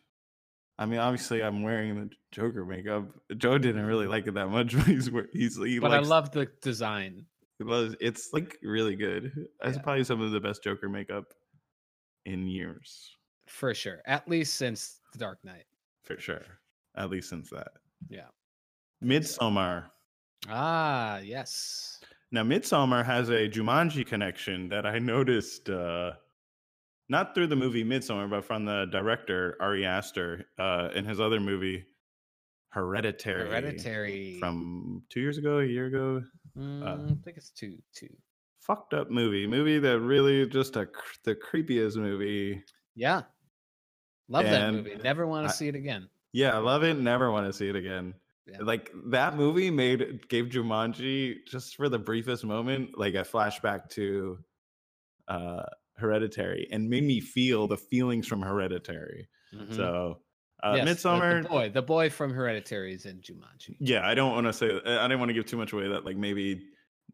S2: I mean, obviously I'm wearing the Joker makeup. Joe didn't really like it that much, but he's wear- he's he
S1: But
S2: likes,
S1: I love the design.
S2: he loves- it's like really good. It's
S1: Yeah.
S2: probably some of the best Joker makeup in years,
S1: for sure at least since the dark knight
S2: for sure. At least since that.
S1: Yeah.
S2: Midsommar.
S1: ah yes
S2: Now, Midsummer has a Jumanji connection that I noticed, uh, not through the movie Midsummer, but from the director Ari Aster uh, in his other movie, Hereditary.
S1: hereditary
S2: From uh, two years ago, a year ago,
S1: Mm, i think it's two two
S2: fucked up movie, movie that really just a cr- the creepiest movie.
S1: yeah love that
S2: And
S1: movie never want
S2: I-
S1: to see it again
S2: Yeah, I love it. Never want to see it again.
S1: Yeah.
S2: Like that movie made gave Jumanji just for the briefest moment like a flashback to uh Hereditary and made me feel the feelings from Hereditary.
S1: Mhm.
S2: So uh
S1: Yes, the-
S2: Midsummer
S1: the, boy the boy from hereditary is in jumanji
S2: yeah, I don't want to say I I didn't want to give too much away that like maybe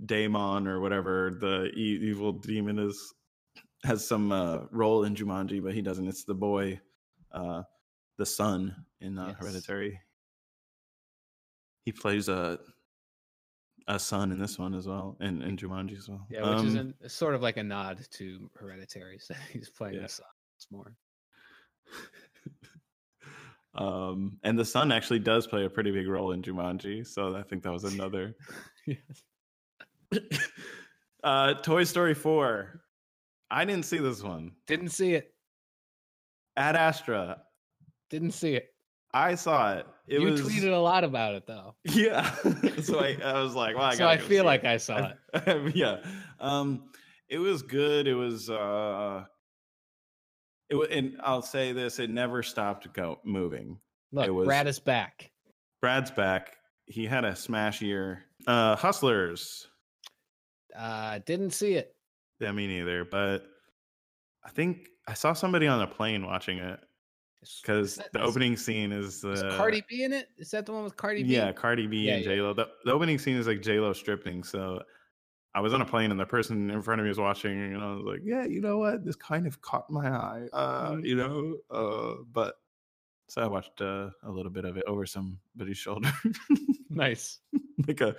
S2: Daemon or whatever the e- evil demon is has some uh, role in Jumanji, but he doesn't. It's the boy, uh, the son in uh,
S1: Yes.
S2: Hereditary. He plays a a son in this one as well, and in, Jumanji as well.
S1: yeah which is
S2: Um,
S1: an, it's sort of like a nod to hereditary so he's playing
S2: Yeah.
S1: the son once more
S2: um, and the son actually does play a pretty big role in Jumanji, so I think that was another.
S1: Yes.
S2: uh, Toy Story Four. I didn't see this one.
S1: didn't see it
S2: Ad Astra.
S1: didn't see it,
S2: I saw it. It
S1: you
S2: was
S1: tweeted a lot about it though
S2: yeah. so I, I was like, wow. I
S1: so
S2: gotta
S1: i
S2: go
S1: feel
S2: see
S1: like
S2: it.
S1: i saw it
S2: yeah. Um, it was good. It was. Uh, it wa- and I'll say this: it never stopped go moving.
S1: look
S2: was-
S1: brad is back
S2: Brad's back. He had a smash year. Uh, Hustlers.
S1: uh didn't see it
S2: Yeah, me neither. But I think I saw somebody on a plane watching it
S1: Is- is
S2: because
S1: that-
S2: the
S1: is-
S2: opening scene is the
S1: Is Cardi B in it? Is that the one with Cardi B?
S2: Yeah, Cardi B
S1: Yeah,
S2: and
S1: yeah.
S2: J Lo. The, the opening scene is like J Lo stripping. So I was on a plane and the person in front of me was watching, and I was like, "Yeah, you know what? This kind of caught my eye."
S1: Mm-hmm.
S2: Uh, you know, uh, but so I watched uh, a little bit of it over somebody's shoulder,
S1: Nice.
S2: like a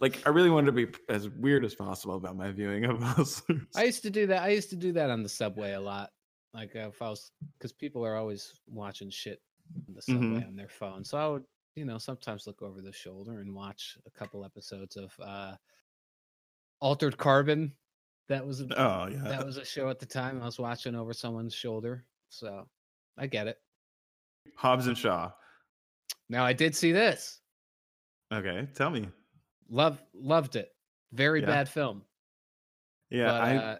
S2: like I really wanted to be p- as weird as possible about my viewing of Hustlers.
S1: I used to do that. I used to do that on the subway a lot. Like uh, if I was, because people are always watching shit on the subway
S2: Mhm.
S1: on their phone. So I would, you know, sometimes look over the shoulder and watch a couple episodes of uh Altered Carbon. That was a,
S2: oh yeah,
S1: that was a show at the time I was watching over someone's shoulder. So I get it.
S2: Hobbs and Shaw.
S1: Now I did see this.
S2: Okay, tell me.
S1: Love loved it. Very
S2: Yeah.
S1: bad film.
S2: Yeah,
S1: but,
S2: I
S1: uh,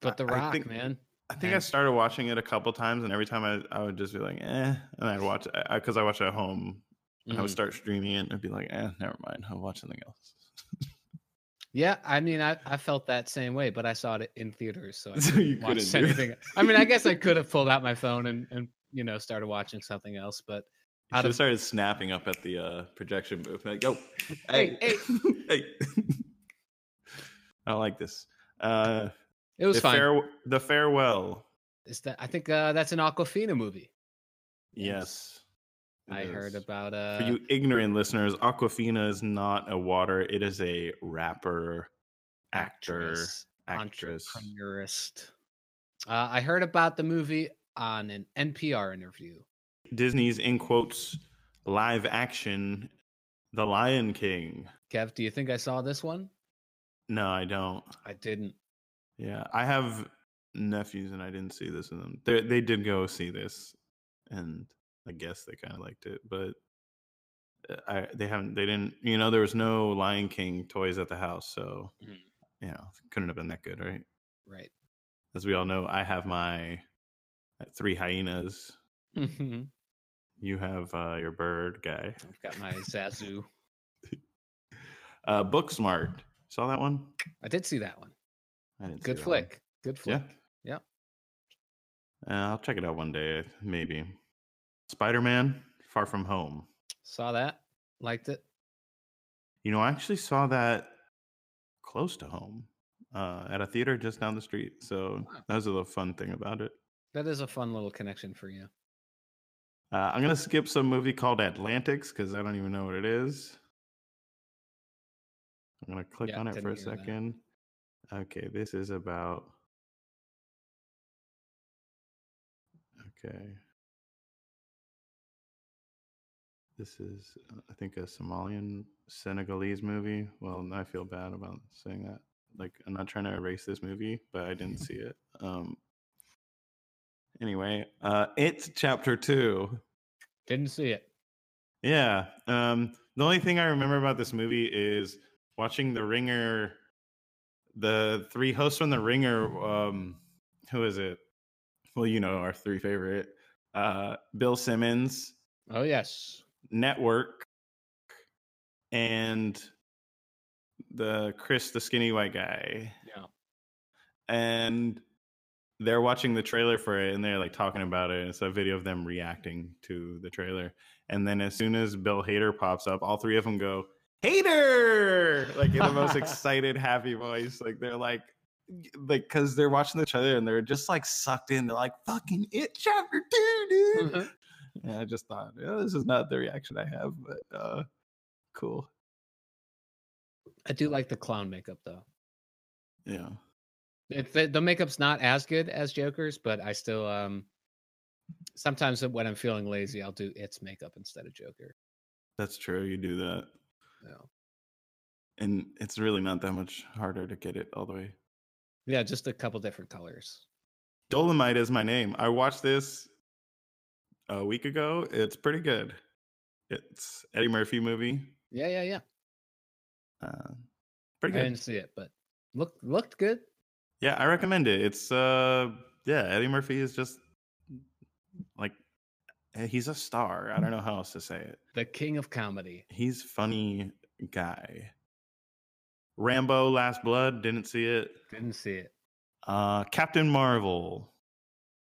S1: but The
S2: I
S1: Rock,
S2: think-
S1: man.
S2: I think I
S1: and-
S2: started watching it a couple times, and every time I, I would just be like, eh, and I'd watch because I, 'cause I watch it at home, and I would
S1: Mhm.
S2: start streaming it, and I'd be like, eh, never mind, I'll watch something else.
S1: Yeah, I mean, I, I felt that same way, but I saw it in theaters, so I
S2: So
S1: couldn't
S2: you
S1: watch
S2: couldn't do
S1: anything. I mean, I guess I could have pulled out my phone and, and you know started watching something else, but
S2: I
S1: Out
S2: should have
S1: of-
S2: started snapping up at the uh, projection booth, like, yo, hey,
S1: Hey,
S2: hey, I don't like this. Uh,
S1: it was
S2: the,
S1: fine.
S2: Fare- the farewell,
S1: Is that I think uh, that's an Aquafina movie.
S2: yes, it
S1: I heard
S2: is.
S1: about uh,
S2: For you ignorant listeners, Aquafina is not a water; it is a rapper, actor,
S1: actress,
S2: actress.
S1: entrepreneurist. Uh, I heard about the movie on an NPR interview.
S2: Disney's in quotes live action The Lion King.
S1: Kev, do you think I saw this one?
S2: No, I don't.
S1: I didn't.
S2: Yeah, I have nephews and I didn't see this in them. They they did go see this and I guess they kind of liked it, but uh, I they haven't they didn't, you know, there was no Lion King toys at the house, so
S1: Mm.
S2: you know, couldn't have been that good, right?
S1: Right.
S2: As we all know, I have my uh, three hyenas.
S1: I've
S2: You have uh, your bird guy.
S1: got my Zazu.
S2: Uh Booksmart. Saw that one?
S1: I did see that one.
S2: I didn't see
S1: Good
S2: that one.
S1: flick. Good
S2: Yeah.
S1: flick. Yep.
S2: Uh, I'll check it out one day, maybe. Spider Man Far From Home.
S1: Saw that. Liked it.
S2: You know, I actually saw that close to home uh, at a theater just down the street. So that was the fun thing about it.
S1: That is a fun little connection for you.
S2: Uh, I'm gonna skip some movie called Atlantics because I don't even know what it is. I'm gonna click
S1: Yeah,
S2: on it
S1: didn't
S2: for a
S1: hear that.
S2: second. Okay, this is about. Okay. This is, uh, I think, a Somalian Senegalese movie. Well, I feel bad about saying that. Like, I'm not trying to erase this movie, but I didn't see it. Um. Anyway, uh, it's chapter two.
S1: Didn't see it.
S2: Yeah. Um, the only thing I remember about this movie is watching The Ringer, the three hosts from The Ringer. Um, who is it? Well, you know, our three favorite uh, Bill Simmons,
S1: Oh yes.
S2: Network, and the Chris, the skinny white guy
S1: Yeah.
S2: and they're watching the trailer for it and they're like talking about it. It's a video of them reacting to the trailer. And then as soon as Bill Hader pops up, all three of them go, Hater! Like in the most excited, happy voice. Like they're like, like, cause they're watching the trailer and they're just like sucked in. They're like, fucking it chapter two, dude.
S1: Mm-hmm.
S2: And I just thought, oh, this is not the reaction I have, but uh cool.
S1: I do like the clown makeup though.
S2: Yeah.
S1: It's the, the makeup's not as good as Joker's, but I still um sometimes when I'm feeling lazy, I'll do its makeup instead of Joker.
S2: That's true. You do that.
S1: So,
S2: And it's really not that much harder to get it all the way
S1: yeah, just a couple different colors.
S2: Dolomite is my name. I watched this a week ago. It's pretty good. It's Eddie Murphy movie.
S1: Yeah, yeah, yeah.
S2: Uh,
S1: I
S2: pretty good.
S1: didn't see it, but looked looked good.
S2: yeah, I recommend it. It's uh yeah, Eddie Murphy is just like eh, he's a star. I don't know how else to say it.
S1: The king of comedy.
S2: He's funny guy. Rambo Last Blood, didn't see it.
S1: Didn't see it.
S2: Uh Captain Marvel.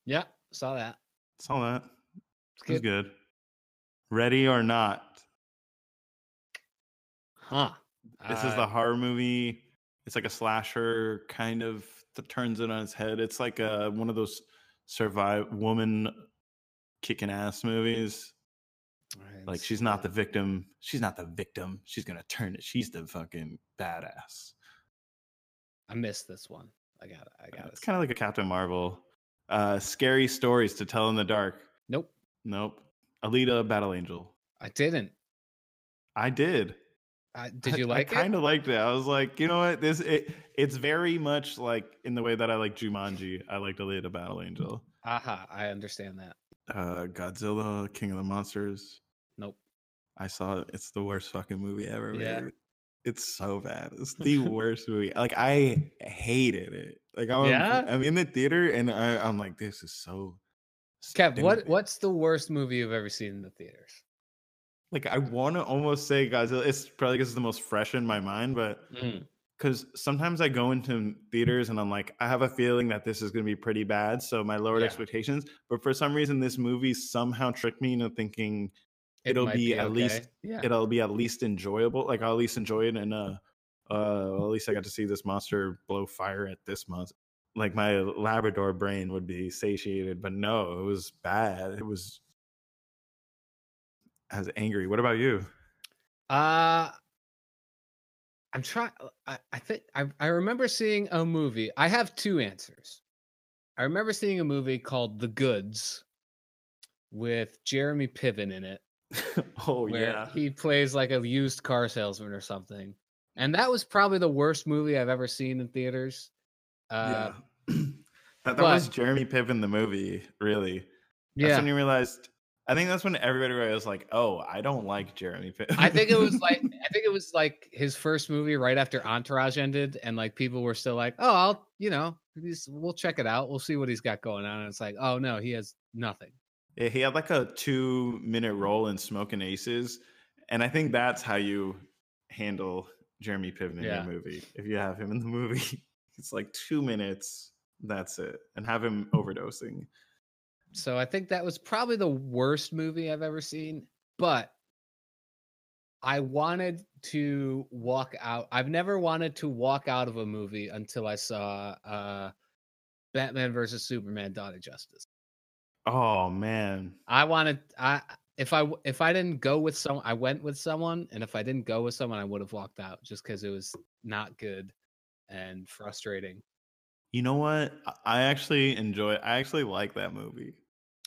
S1: Yeah, saw that.
S2: Saw that.
S1: It's
S2: It was
S1: good.
S2: good. Ready or not.
S1: Huh.
S2: This is
S1: Uh,
S2: the horror movie. It's like a slasher kind of th- turns it on its head. It's like a, one of those survive woman kicking ass movies.
S1: I didn't
S2: Like
S1: see
S2: she's not
S1: it.
S2: the victim. She's not the victim. She's gonna turn it. She's the fucking badass.
S1: I missed this one. I got it. I got
S2: Uh, it's
S1: it.
S2: kind of like a Captain Marvel. Uh, scary stories to tell in the dark.
S1: Nope,
S2: Nope. Alita Battle Angel.
S1: I didn't.
S2: I did.
S1: I, did you like
S2: I kind
S1: it?
S2: of liked it. I was like, you know what? This it, it's very much like in the way that I like Jumanji. I liked Alita Battle Angel.
S1: Aha, I understand that.
S2: uh Godzilla, King of the Monsters.
S1: Nope.
S2: I saw it. It's the worst fucking movie ever.
S1: Yeah.
S2: man. It's so bad. It's the worst movie. Like I hated it. Like I'm,
S1: Yeah?
S2: I'm in the theater and I, I'm like, this is so.
S1: Kev, what
S2: stupid.
S1: what's the worst movie you've ever seen in the theaters?
S2: Like I want to almost say Godzilla. It's probably because it's the most fresh in my mind, but because sometimes I go into theaters and I'm like, I have a feeling that this is going to be pretty bad, so my lowered
S1: Yeah.
S2: expectations. But for some reason, this movie somehow tricked me into thinking It'll
S1: might
S2: be at least-
S1: okay. yeah.
S2: it'll be at least enjoyable. Like I'll at least enjoy it, and uh, uh, well, at least I got to see this monster blow fire at this monster. Like my Labrador brain would be satiated, but no, it was bad. It was. I was angry. What about you?
S1: Uh I'm trying I, I think I, I remember seeing a movie. I have two answers. I remember seeing a movie called The Goods with Jeremy Piven in it.
S2: oh
S1: where
S2: yeah,
S1: he plays like a used car salesman or something. And that was probably the worst movie I've ever seen in theaters. Uh,
S2: yeah. that, that
S1: but-
S2: was Jeremy Piven the movie. Really,
S1: yeah,
S2: That's when you realized. I think that's when everybody was like, "Oh, I don't like Jeremy Piven."
S1: I think it was like I think it was like his first movie right after Entourage ended, and like people were still like, "Oh, I'll you know, he's, we'll check it out, we'll see what he's got going on." And it's like, "Oh no, he has nothing."
S2: Yeah, he had like a two minute role in Smoking Aces. And I think that's how you handle Jeremy Piven in
S1: Yeah.
S2: your movie. If you have him in the movie, it's like two minutes, that's it. And have him overdosing.
S1: So I think that was probably the worst movie I've ever seen. But I wanted to walk out. I've never wanted to walk out of a movie until I saw uh, Batman versus Superman: Dawn of Justice.
S2: Oh man.
S1: I wanted I if I w- if I didn't go with someone, I went with someone, and if I didn't go with someone, I would have walked out just because it was not good and frustrating.
S2: You know what? I- I actually enjoy I actually like that movie.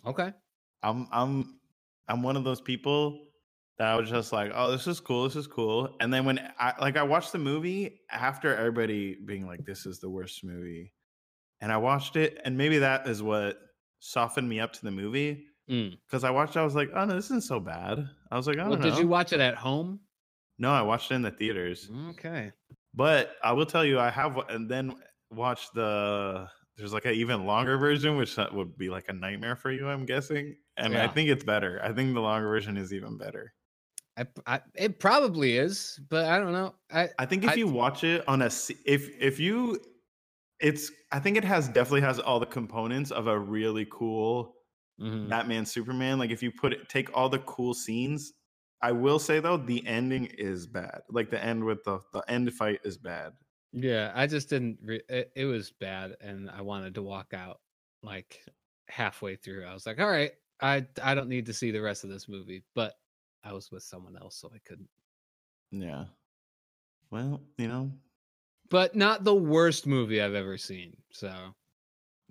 S1: Okay,
S2: I'm I'm I'm one of those people that I was just like, oh, this is cool, this is cool. And then when I like I watched the movie after everybody being like, this is the worst movie, and I watched it, and maybe that is what softened me up to the movie
S1: Mm.
S2: because I watched, it, I was like, oh no, this isn't so bad. I was like, I
S1: well,
S2: don't know.
S1: did you watch it at home?
S2: no, I watched it in the theaters.
S1: Okay,
S2: But I will tell you, I have and then watch the. There's like an even longer version, which that would be like a nightmare for you, I'm guessing. And I
S1: Yeah.
S2: think it's better. I think the longer version is even better.
S1: I, I it probably is, but I don't know. I
S2: I think if
S1: I-
S2: you watch it on a, se- if if you, it's. I think it has definitely has all the components of a really cool
S1: mhm.
S2: Batman Superman. Like if you put it, take all the cool scenes. I will say though, the ending is bad. Like the end with the the end fight is bad.
S1: yeah, I just didn't. Re- it, it was bad, and I wanted to walk out like halfway through. I was like, all right, I I don't need to see the rest of this movie, but I was with someone else, so I couldn't.
S2: Yeah. Well, you know,
S1: but not the worst movie I've ever seen. So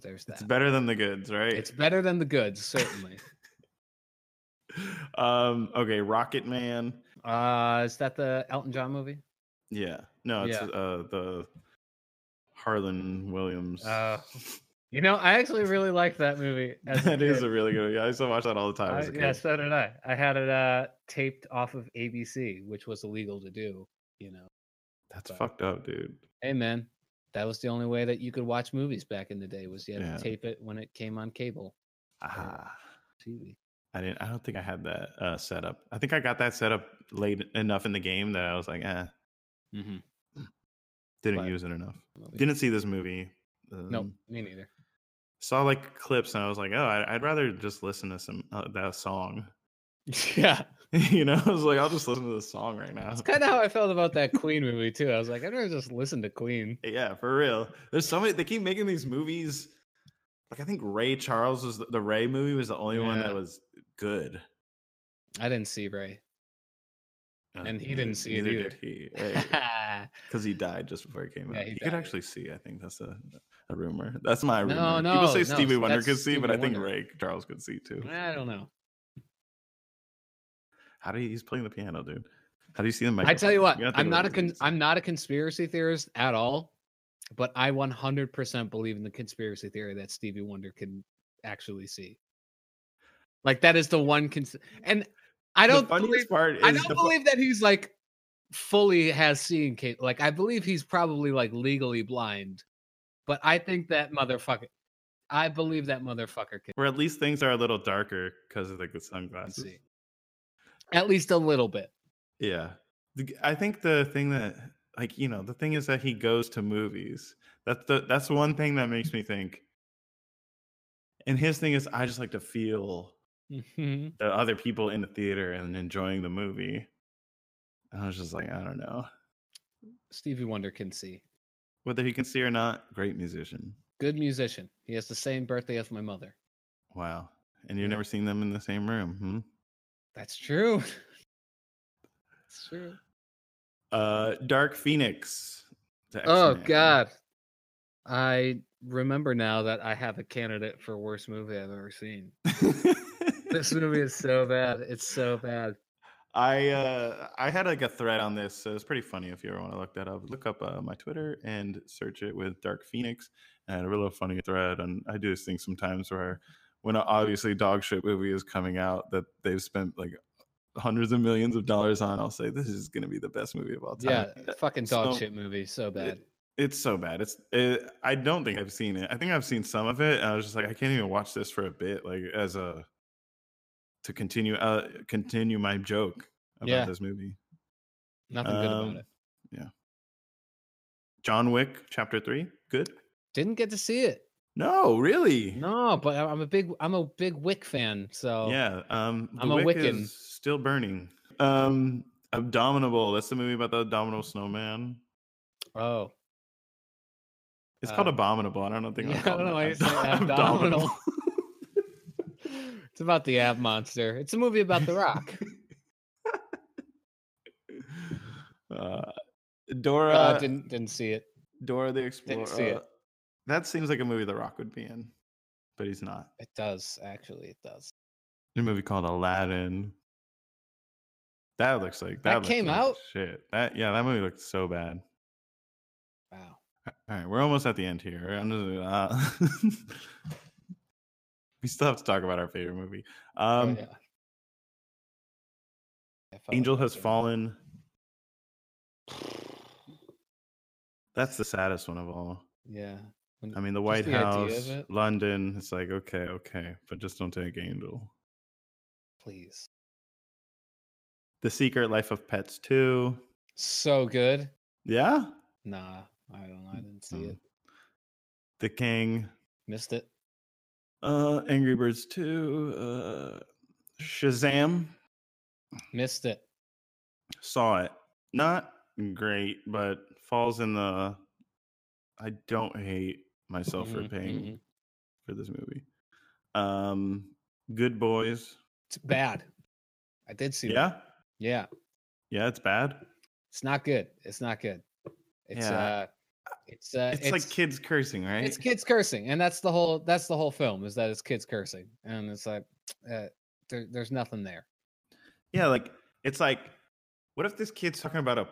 S1: there's that.
S2: It's better than the goods, right?
S1: It's better than the goods, certainly.
S2: um, okay, Rocket Man.
S1: uh, is that the Elton John movie?
S2: Yeah. No, it's
S1: Yeah.
S2: uh the Harlan Williams.
S1: Uh, You know, I actually really liked that movie. as
S2: that is
S1: kid.
S2: a really good. Yeah, I used to watch that all the time.
S1: I-
S2: as a kid.
S1: yeah, so did I. I had it uh, taped off of ABC, which was illegal to do. You know,
S2: That's fucked up, dude.
S1: hey man, that was the only way that you could watch movies back in the day was you had
S2: Yeah.
S1: to tape it when it came on cable
S2: Ah,
S1: TV.
S2: I didn't. I don't think I had that uh, set up. I think I got that set up late enough in the game that I was like, eh,
S1: Mm-hmm.
S2: didn't
S1: But-
S2: use it enough. Didn't see this movie. Um,
S1: Nope, me neither.
S2: Saw like clips and I was like, oh, I, I'd rather just listen to some uh, that song.
S1: yeah.
S2: you know, I was like, I'll just listen to this song right now.
S1: That's kind of how I felt about that Queen movie too. I was like, I'd rather just listen to Queen.
S2: Yeah, for real. There's so many. They keep making these movies. Like I think Ray Charles was the, the Ray movie was the only one that
S1: Yeah.
S2: was good,
S1: I didn't see Ray.
S2: Uh,
S1: And he
S2: neither-
S1: didn't see it
S2: neither
S1: either.
S2: Did he?
S1: no,
S2: Because he died just before it came
S1: Yeah,
S2: out.
S1: he
S2: He, could
S1: died.
S2: actually see. I think that's a, a rumor. That's my rumor.
S1: No,
S2: People say
S1: no, no,
S2: Stevie Wonder
S1: that's
S2: could see, but I
S1: Stevie
S2: think
S1: Wonder.
S2: Ray Charles could see too.
S1: I don't know.
S2: How do you? He's playing the piano, dude. How do you see the
S1: I
S2: microphone?
S1: tell you what,
S2: You're not
S1: I'm
S2: thinking
S1: not a
S2: about
S1: con-
S2: it.
S1: I'm not a conspiracy theorist at all, but I 100% believe in the conspiracy theory that Stevie Wonder can actually see. Like that is the one cons- and I
S2: The
S1: don't
S2: funniest
S1: believe
S2: part is
S1: I don't
S2: the fu-
S1: believe that he's like fully has seeing cap- like I believe he's probably like legally blind, but I think that motherfucker. I believe that motherfucker can
S2: Or at least things are a little darker because of like the sunglasses.
S1: see, at least a little bit.
S2: Yeah. The g- I think the thing that like you know, the thing is that he goes to movies. That's the that's one thing that makes me think. And his thing is I just like to feel
S1: Mhm.
S2: the other people in the theater and enjoying the movie. And I was just like, I don't know.
S1: Stevie Wonder can see.
S2: Whether he can see or not, great musician.
S1: Good musician. He has the same birthday as my mother.
S2: Wow. And you've never seen them in the same room. Hmm?
S1: That's true. That's true.
S2: Uh Dark Phoenix. the
S1: Oh
S2: X-Men.
S1: God, I remember now that I have a candidate for worst movie I've ever seen. This movie is so bad. It's so bad.
S2: I uh, I had like a thread on this, so it's pretty funny if you ever want to look that up. Look up uh, my Twitter and search it with Dark Phoenix, and I had a real funny thread. And I do this thing sometimes where, when a obviously dog shit movie is coming out that they've spent like hundreds of millions of dollars on, I'll say this is going to be the best movie of all
S1: Yeah,
S2: time.
S1: fucking dog
S2: so-
S1: shit movie. So bad.
S2: It's so bad. It's it, I don't think I've seen it. I think I've seen some of it. And I was just like, I can't even watch this for a bit, like as a to continue uh continue my joke about
S1: Yeah.
S2: this movie.
S1: Nothing good
S2: Um,
S1: about it.
S2: John Wick Chapter Three. Good.
S1: Didn't get to see it.
S2: No, really.
S1: No, but I- I'm a big I'm a big Wick fan. So
S2: Yeah. Um, the
S1: I'm a
S2: wick
S1: Wiccan.
S2: is still burning. Um, Abdominable. That's the movie about the abdominal snowman.
S1: Oh,
S2: It's
S1: Uh,
S2: called Abominable. I don't think
S1: yeah,
S2: I'm
S1: I don't know why you say abdominal. it's about the ab monster. It's a movie about The Rock.
S2: Uh, Dora,
S1: Uh, didn't didn't see it.
S2: Dora the Explorer.
S1: see it.
S2: That seems like a movie The Rock would be in, but he's not.
S1: It does actually. It does.
S2: A movie called Aladdin. That looks like
S1: That
S2: looks
S1: came
S2: like
S1: out?
S2: Shit. That yeah, that movie looked so bad.
S1: Wow.
S2: All right, we're almost at the end here. I'm just, uh, we still have to talk about our favorite movie.
S1: Oh,
S2: Um,
S1: yeah. I felt like
S2: Angel
S1: that
S2: Has
S1: too.
S2: Fallen. That's the saddest one of all.
S1: Yeah. When-
S2: I mean, the
S1: just
S2: White
S1: the idea of
S2: House,
S1: it.
S2: London. It's like okay, okay, but just don't take Angel.
S1: please.
S2: The Secret Life of Pets too.
S1: So good.
S2: Yeah,
S1: Nah, I don't know. I didn't see
S2: Mm.
S1: it.
S2: The King.
S1: Missed it.
S2: Uh, Angry Birds two. Uh, Shazam.
S1: Missed it.
S2: Saw it. Not great, but falls in the. I don't hate myself for
S1: Mhm,
S2: paying
S1: mhm.
S2: for this movie. Um, Good Boys.
S1: It's bad. I did see that.
S2: Yeah,
S1: Yeah.
S2: yeah, it's bad.
S1: It's not good. It's not good. It's
S2: Yeah.
S1: uh it's uh
S2: It's, like kids cursing, right?
S1: it's kids cursing and that's the whole that's the whole film is that it's kids cursing and it's like uh, there, there's nothing there
S2: yeah, like it's like, what if this kid's talking about a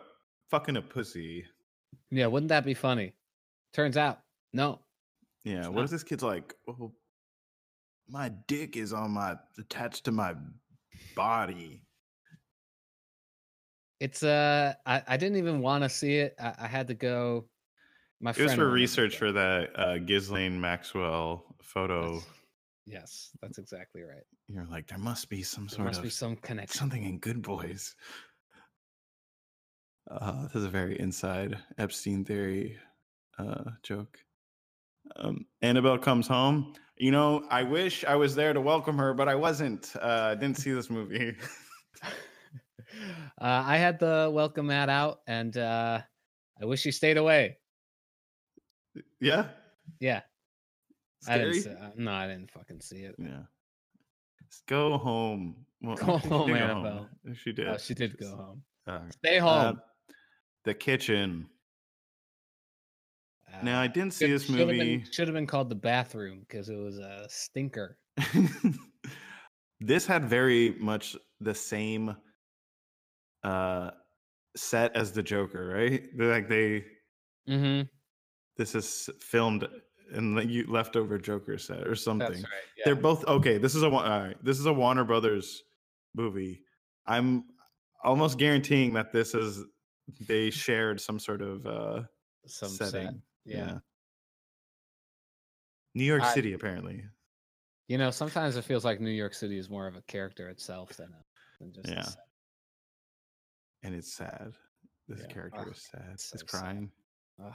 S2: fucking a pussy?
S1: yeah wouldn't that be funny turns out no
S2: Yeah.
S1: It's
S2: what
S1: not.
S2: if this kid's like, oh, my dick is on my attached to my body?
S1: it's uh i, I didn't even want to see it I, I had to go my
S2: It was for
S1: wanted me
S2: research
S1: to
S2: for that uh, Ghislaine Maxwell
S1: go.
S2: photo.
S1: That's- yes that's exactly right
S2: You're like, there must be some
S1: there
S2: sort
S1: must
S2: of
S1: be some connection
S2: something in Good Boys. Uh, this is a very inside Epstein theory uh, joke. Um, Annabelle comes home. You know, I wish I was there to welcome her, but I wasn't. Uh, I didn't see this movie.
S1: uh, i had to welcome that out and uh i wish he stayed away
S2: yeah.
S1: yeah i
S2: Scary?
S1: didn't see, uh, no i didn't fucking see it
S2: Yeah. Just go home. Well,
S1: Go
S2: she
S1: home,
S2: did
S1: Annabelle.
S2: She did.
S1: oh, she did go
S2: was-
S1: home
S2: Uh,
S1: stay
S2: uh,
S1: home
S2: the kitchen.
S1: Uh,
S2: Now I didn't see this
S1: should have
S2: movie.
S1: been, should've been called the bathroom because it was a stinker.
S2: this had very much the same uh set as the Joker, right? They're Like they
S1: Mm-hmm.
S2: this is filmed in the you leftover Joker set or something.
S1: That's right. Yeah.
S2: They're both okay. This is a Wa- all right, this is a Warner Brothers movie. I'm almost guaranteeing that this is they shared some sort of uh
S1: Some set.
S2: setting.
S1: Yeah.
S2: New York
S1: I-
S2: City apparently.
S1: You know, sometimes it feels like New York City is more of a character itself than, a, than just. a
S2: Yeah.
S1: set.
S2: and it's sad. This
S1: Yeah.
S2: character
S1: Ugh,
S2: is sad.
S1: it's
S2: He's
S1: so sad.
S2: crying.
S1: Ugh.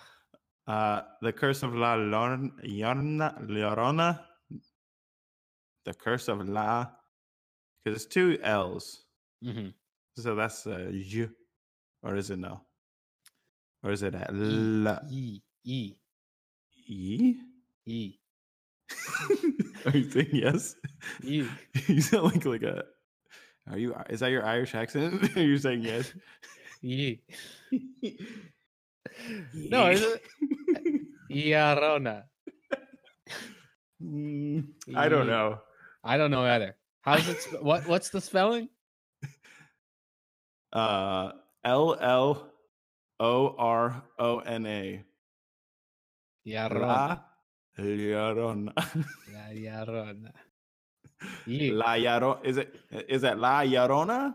S2: Uh, the Curse of La Llorona, Llorona. The Curse of La, because it's two L's.
S1: Mhm.
S2: So that's uh, y, or is it no? Or is it a la?
S1: E E
S2: E?
S1: E
S2: Are you saying yes?
S1: E.
S2: You sound like like a. Are you? Is that your Irish accent? Are you saying yes?
S1: E. No, is it Yarona?
S2: Mm, I don't
S1: Ye-
S2: know.
S1: I don't know either. How's it? sp- what? What's the spelling?
S2: uh L L O R O N A.
S1: Yarona.
S2: La Llorona.
S1: La Yarona. E.
S2: La Llorona. Is it is that La Llorona?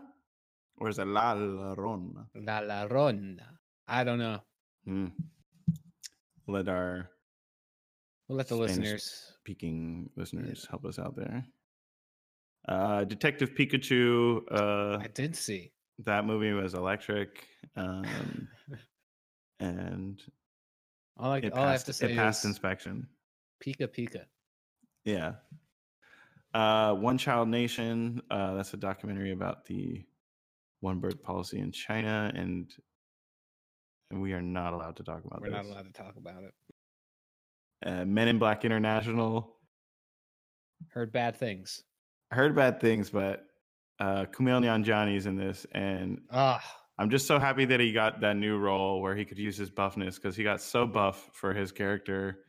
S2: Or is it La Llorona?
S1: La Larona. I don't know.
S2: Hmm. Let our
S1: We'll let the
S2: Spanish-
S1: listeners.
S2: peeking listeners help us out there. Uh Detective Pikachu, uh
S1: I did see.
S2: that movie was electric. Um and
S1: All I,
S2: it
S1: all I have
S2: passed,
S1: to say
S2: it
S1: is
S2: passed inspection.
S1: Pika Pika.
S2: Yeah. Uh, One Child Nation. Uh, that's a documentary about the one bird policy in China, and and we are not allowed to talk about
S1: We're not
S2: this.
S1: allowed to talk about it.
S2: Uh, Men in Black International.
S1: Heard bad things.
S2: I heard bad things, but uh, Kumail Nanjiani's in this, and
S1: Ah,
S2: I'm just so happy that he got that new role where he could use his buffness because he got so buff for his character.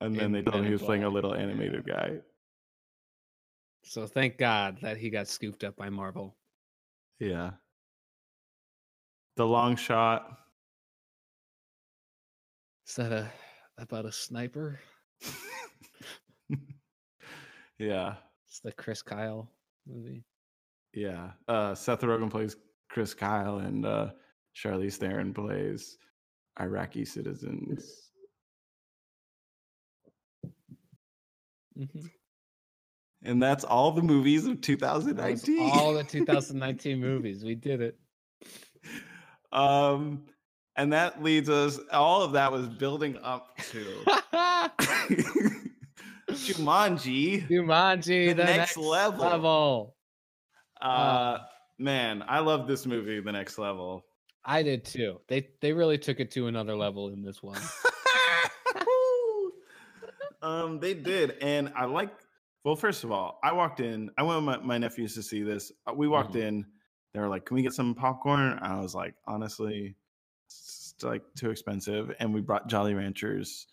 S2: And then
S1: In
S2: they told him
S1: Men in
S2: he was playing a
S1: Black,
S2: little animated
S1: yeah.
S2: guy.
S1: so thank God that he got scooped up by Marvel.
S2: Yeah. The long shot.
S1: Is that a about a sniper?
S2: yeah.
S1: It's the Chris Kyle movie.
S2: Yeah. Uh, Seth Rogen plays Chris Kyle and uh, Charlize Theron plays Iraqi citizens.
S1: Mhm.
S2: And that's all the movies of
S1: That was
S2: 2019.
S1: all the 2019 movies. We did it.
S2: um, and that leads us, all of that was building up to Jumanji.
S1: Jumanji,
S2: The
S1: the,
S2: next
S1: next,
S2: level.
S1: level.
S2: Uh, man, I love this movie, The Next Level.
S1: I did too. They they really took it to another level in this one.
S2: um, they did, and I like. Well, first of all, I walked in. I went with my, my nephews to see this. Uh, We walked
S1: Mhm.
S2: in. They were like, "Can we get some popcorn?" I was like, "Honestly, it's like too expensive." And we brought Jolly Ranchers.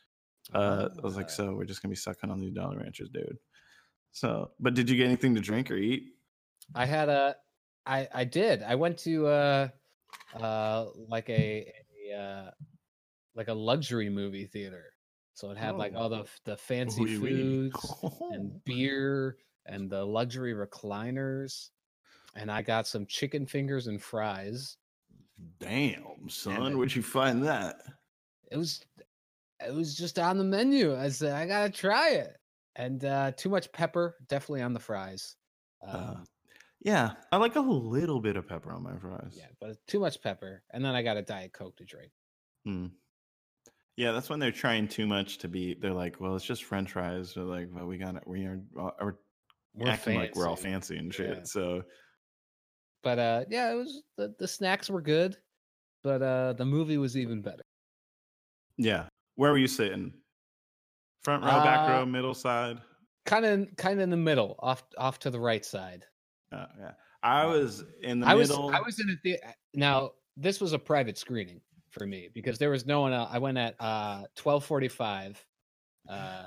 S2: Uh,
S1: Oh,
S2: I was like, "So we're just gonna be sucking on these Jolly Ranchers, dude." So, but did you get anything to drink or eat?
S1: I had a I I did. I went to uh uh like a, a uh like a luxury movie theater. So it had like
S2: Oh.
S1: all the f- the fancy
S2: Ooh, wee, wee.
S1: foods and beer and the luxury recliners. And I got some chicken fingers and fries.
S2: Damn, son,
S1: it-
S2: where'd you find that?
S1: It was it was just on the menu. I said I gotta try it. And uh too much pepper, definitely on the fries.
S2: Uh,
S1: Um,
S2: yeah, I like a little bit of pepper on my fries.
S1: yeah, but too much pepper. And then I got a diet coke to drink.
S2: Mm. Yeah, that's when they're trying too much to be. They're like, well, it's just French fries. They're like, well, we got it. We are uh, we're acting like we're all
S1: fancy.
S2: fancy and shit.
S1: Yeah.
S2: So
S1: but uh yeah it was the, the snacks were good but uh the movie was even better
S2: yeah, where were you sitting? Front row, back
S1: Uh,
S2: row, middle side.
S1: kind of kind of in the middle off off to the right side
S2: Uh, yeah, I was in the
S1: i was
S2: middle.
S1: i was in a the- now this was a private screening for me because there was no one else i went at uh 1245 uh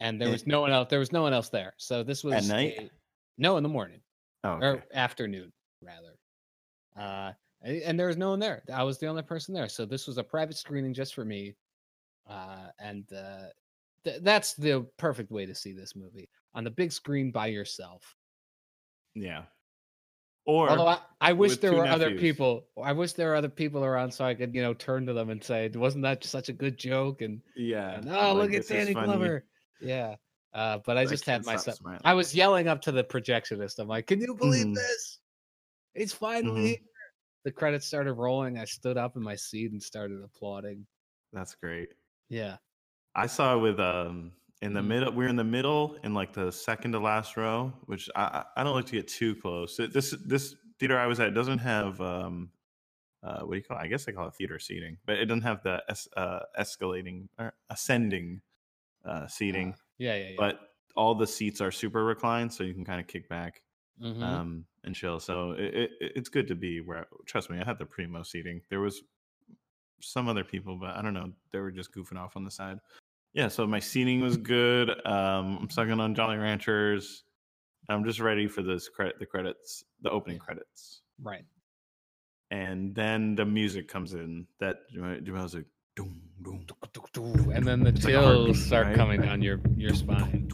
S1: and there
S2: Eh.
S1: was no one else there was no one else there so this was
S2: night?
S1: a- no in the morning
S2: Oh,
S1: or
S2: okay.
S1: afternoon rather. Uh, a- and there was no one there. I was the only person there, so this was a private screening just for me. Uh, and uh, th- that's the perfect way to see this movie on the big screen by yourself.
S2: yeah. Or
S1: Although I, I wish
S2: with
S1: there
S2: two
S1: were other
S2: nephews.
S1: people. I wish there were other people around so I could, you know, turn to them and say, "Wasn't that such a good joke?" And,
S2: yeah.
S1: and, "Oh,
S2: like,
S1: look at
S2: this is
S1: Danny
S2: funny.
S1: Glover." Yeah. Uh, but I just had
S2: can't stop
S1: myself.
S2: smiling.
S1: I was yelling up to the projectionist. I'm like, "Can you believe
S2: Mm.
S1: this? It's finally
S2: Mhm.
S1: here." The credits started rolling. I stood up in my seat and started applauding.
S2: That's great.
S1: Yeah,
S2: I saw with um in the
S1: Mhm.
S2: middle. We're in the middle in like the second to last row, which I I I don't like to get too close. Th- This this theater I was at doesn't have um uh what do you call? It? I guess they call it theater seating, but it doesn't have the es- uh, escalating or ascending uh, seating.
S1: yeah, yeah. yeah.
S2: But all the seats are super reclined, so you can kind of kick back
S1: Mhm.
S2: um and chill. So it, it it- it's good to be where. Trust me, I had the primo seating. There was some other people, but I don't know. They were just goofing off on the side. Yeah, so my seating was good. Um, I'm sucking on Jolly Ranchers. I'm just ready for this credit, the credits, the opening
S1: Yeah.
S2: credits,
S1: right.
S2: and then the music comes in. That I was like, doom, doom.
S1: And then the
S2: It's like a heartbeat,
S1: chills start
S2: right?
S1: coming down your your spine.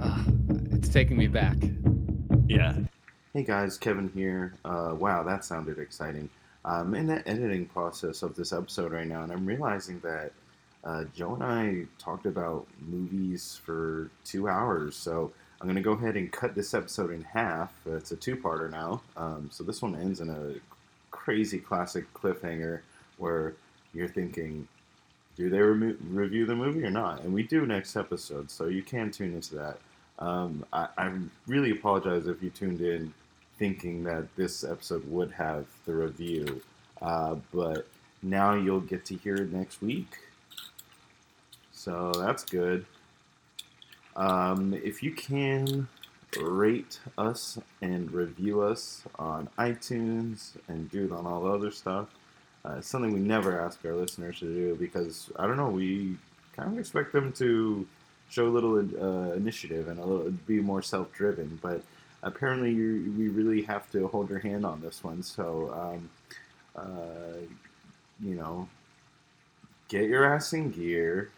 S1: Ah, it's taking me back.
S2: Yeah,
S4: Hey guys, Kevin here. Uh, wow, that sounded exciting. I'm in the editing process of this episode right now, and I'm realizing that uh, Joe and I talked about movies for two hours. So I'm going to go ahead and cut this episode in half. It's a two parter now. Um, so this one ends in a crazy classic cliffhanger where you're thinking,
S2: do they remo- review the movie or not? And we do next episode, so you can tune into that. Um, I, I really apologize if you tuned in thinking that this episode would have the review, uh, but now you'll get to hear it next week. So that's good. Um, if you can rate us and review us on iTunes and do it on all the other stuff, uh, it's something we never ask our listeners to do because I don't know, we kind of expect them to show a little uh, initiative and a little be more self-driven, but apparently you, we really have to hold your hand on this one. So, um, uh, you know, get your ass in gear,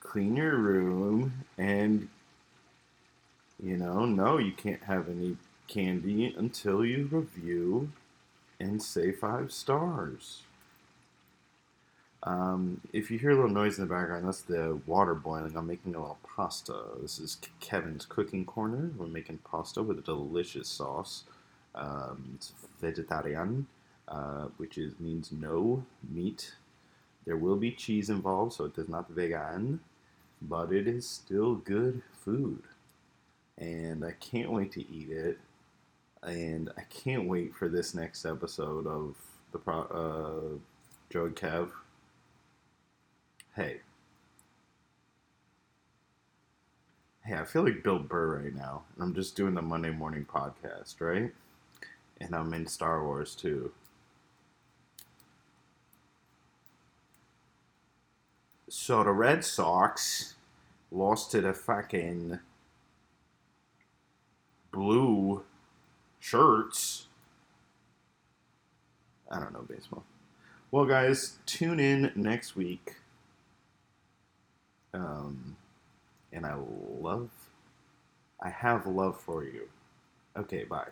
S2: clean your room, and you know, no, you can't have any candy until you review and say five stars. Um, if you hear a little noise in the background, that's the water boiling. I'm making a little pasta. This is K- Kevin's cooking corner. We're making pasta with a delicious sauce. Um, it's vegetarian, uh, which is means no meat. There will be cheese involved, so it is not vegan, but it is still good food. And I can't wait to eat it. And I can't wait for this next episode of the pro- uh, Joe and Kev. Hey. Hey, I feel like Bill Burr right now. And I'm just doing the Monday morning podcast, right? And I'm in Star Wars too. So the Red Sox lost to the fucking blue shirts. I don't know baseball. Well, guys, tune in next week. Um, and I love, I have love for you. Okay, bye.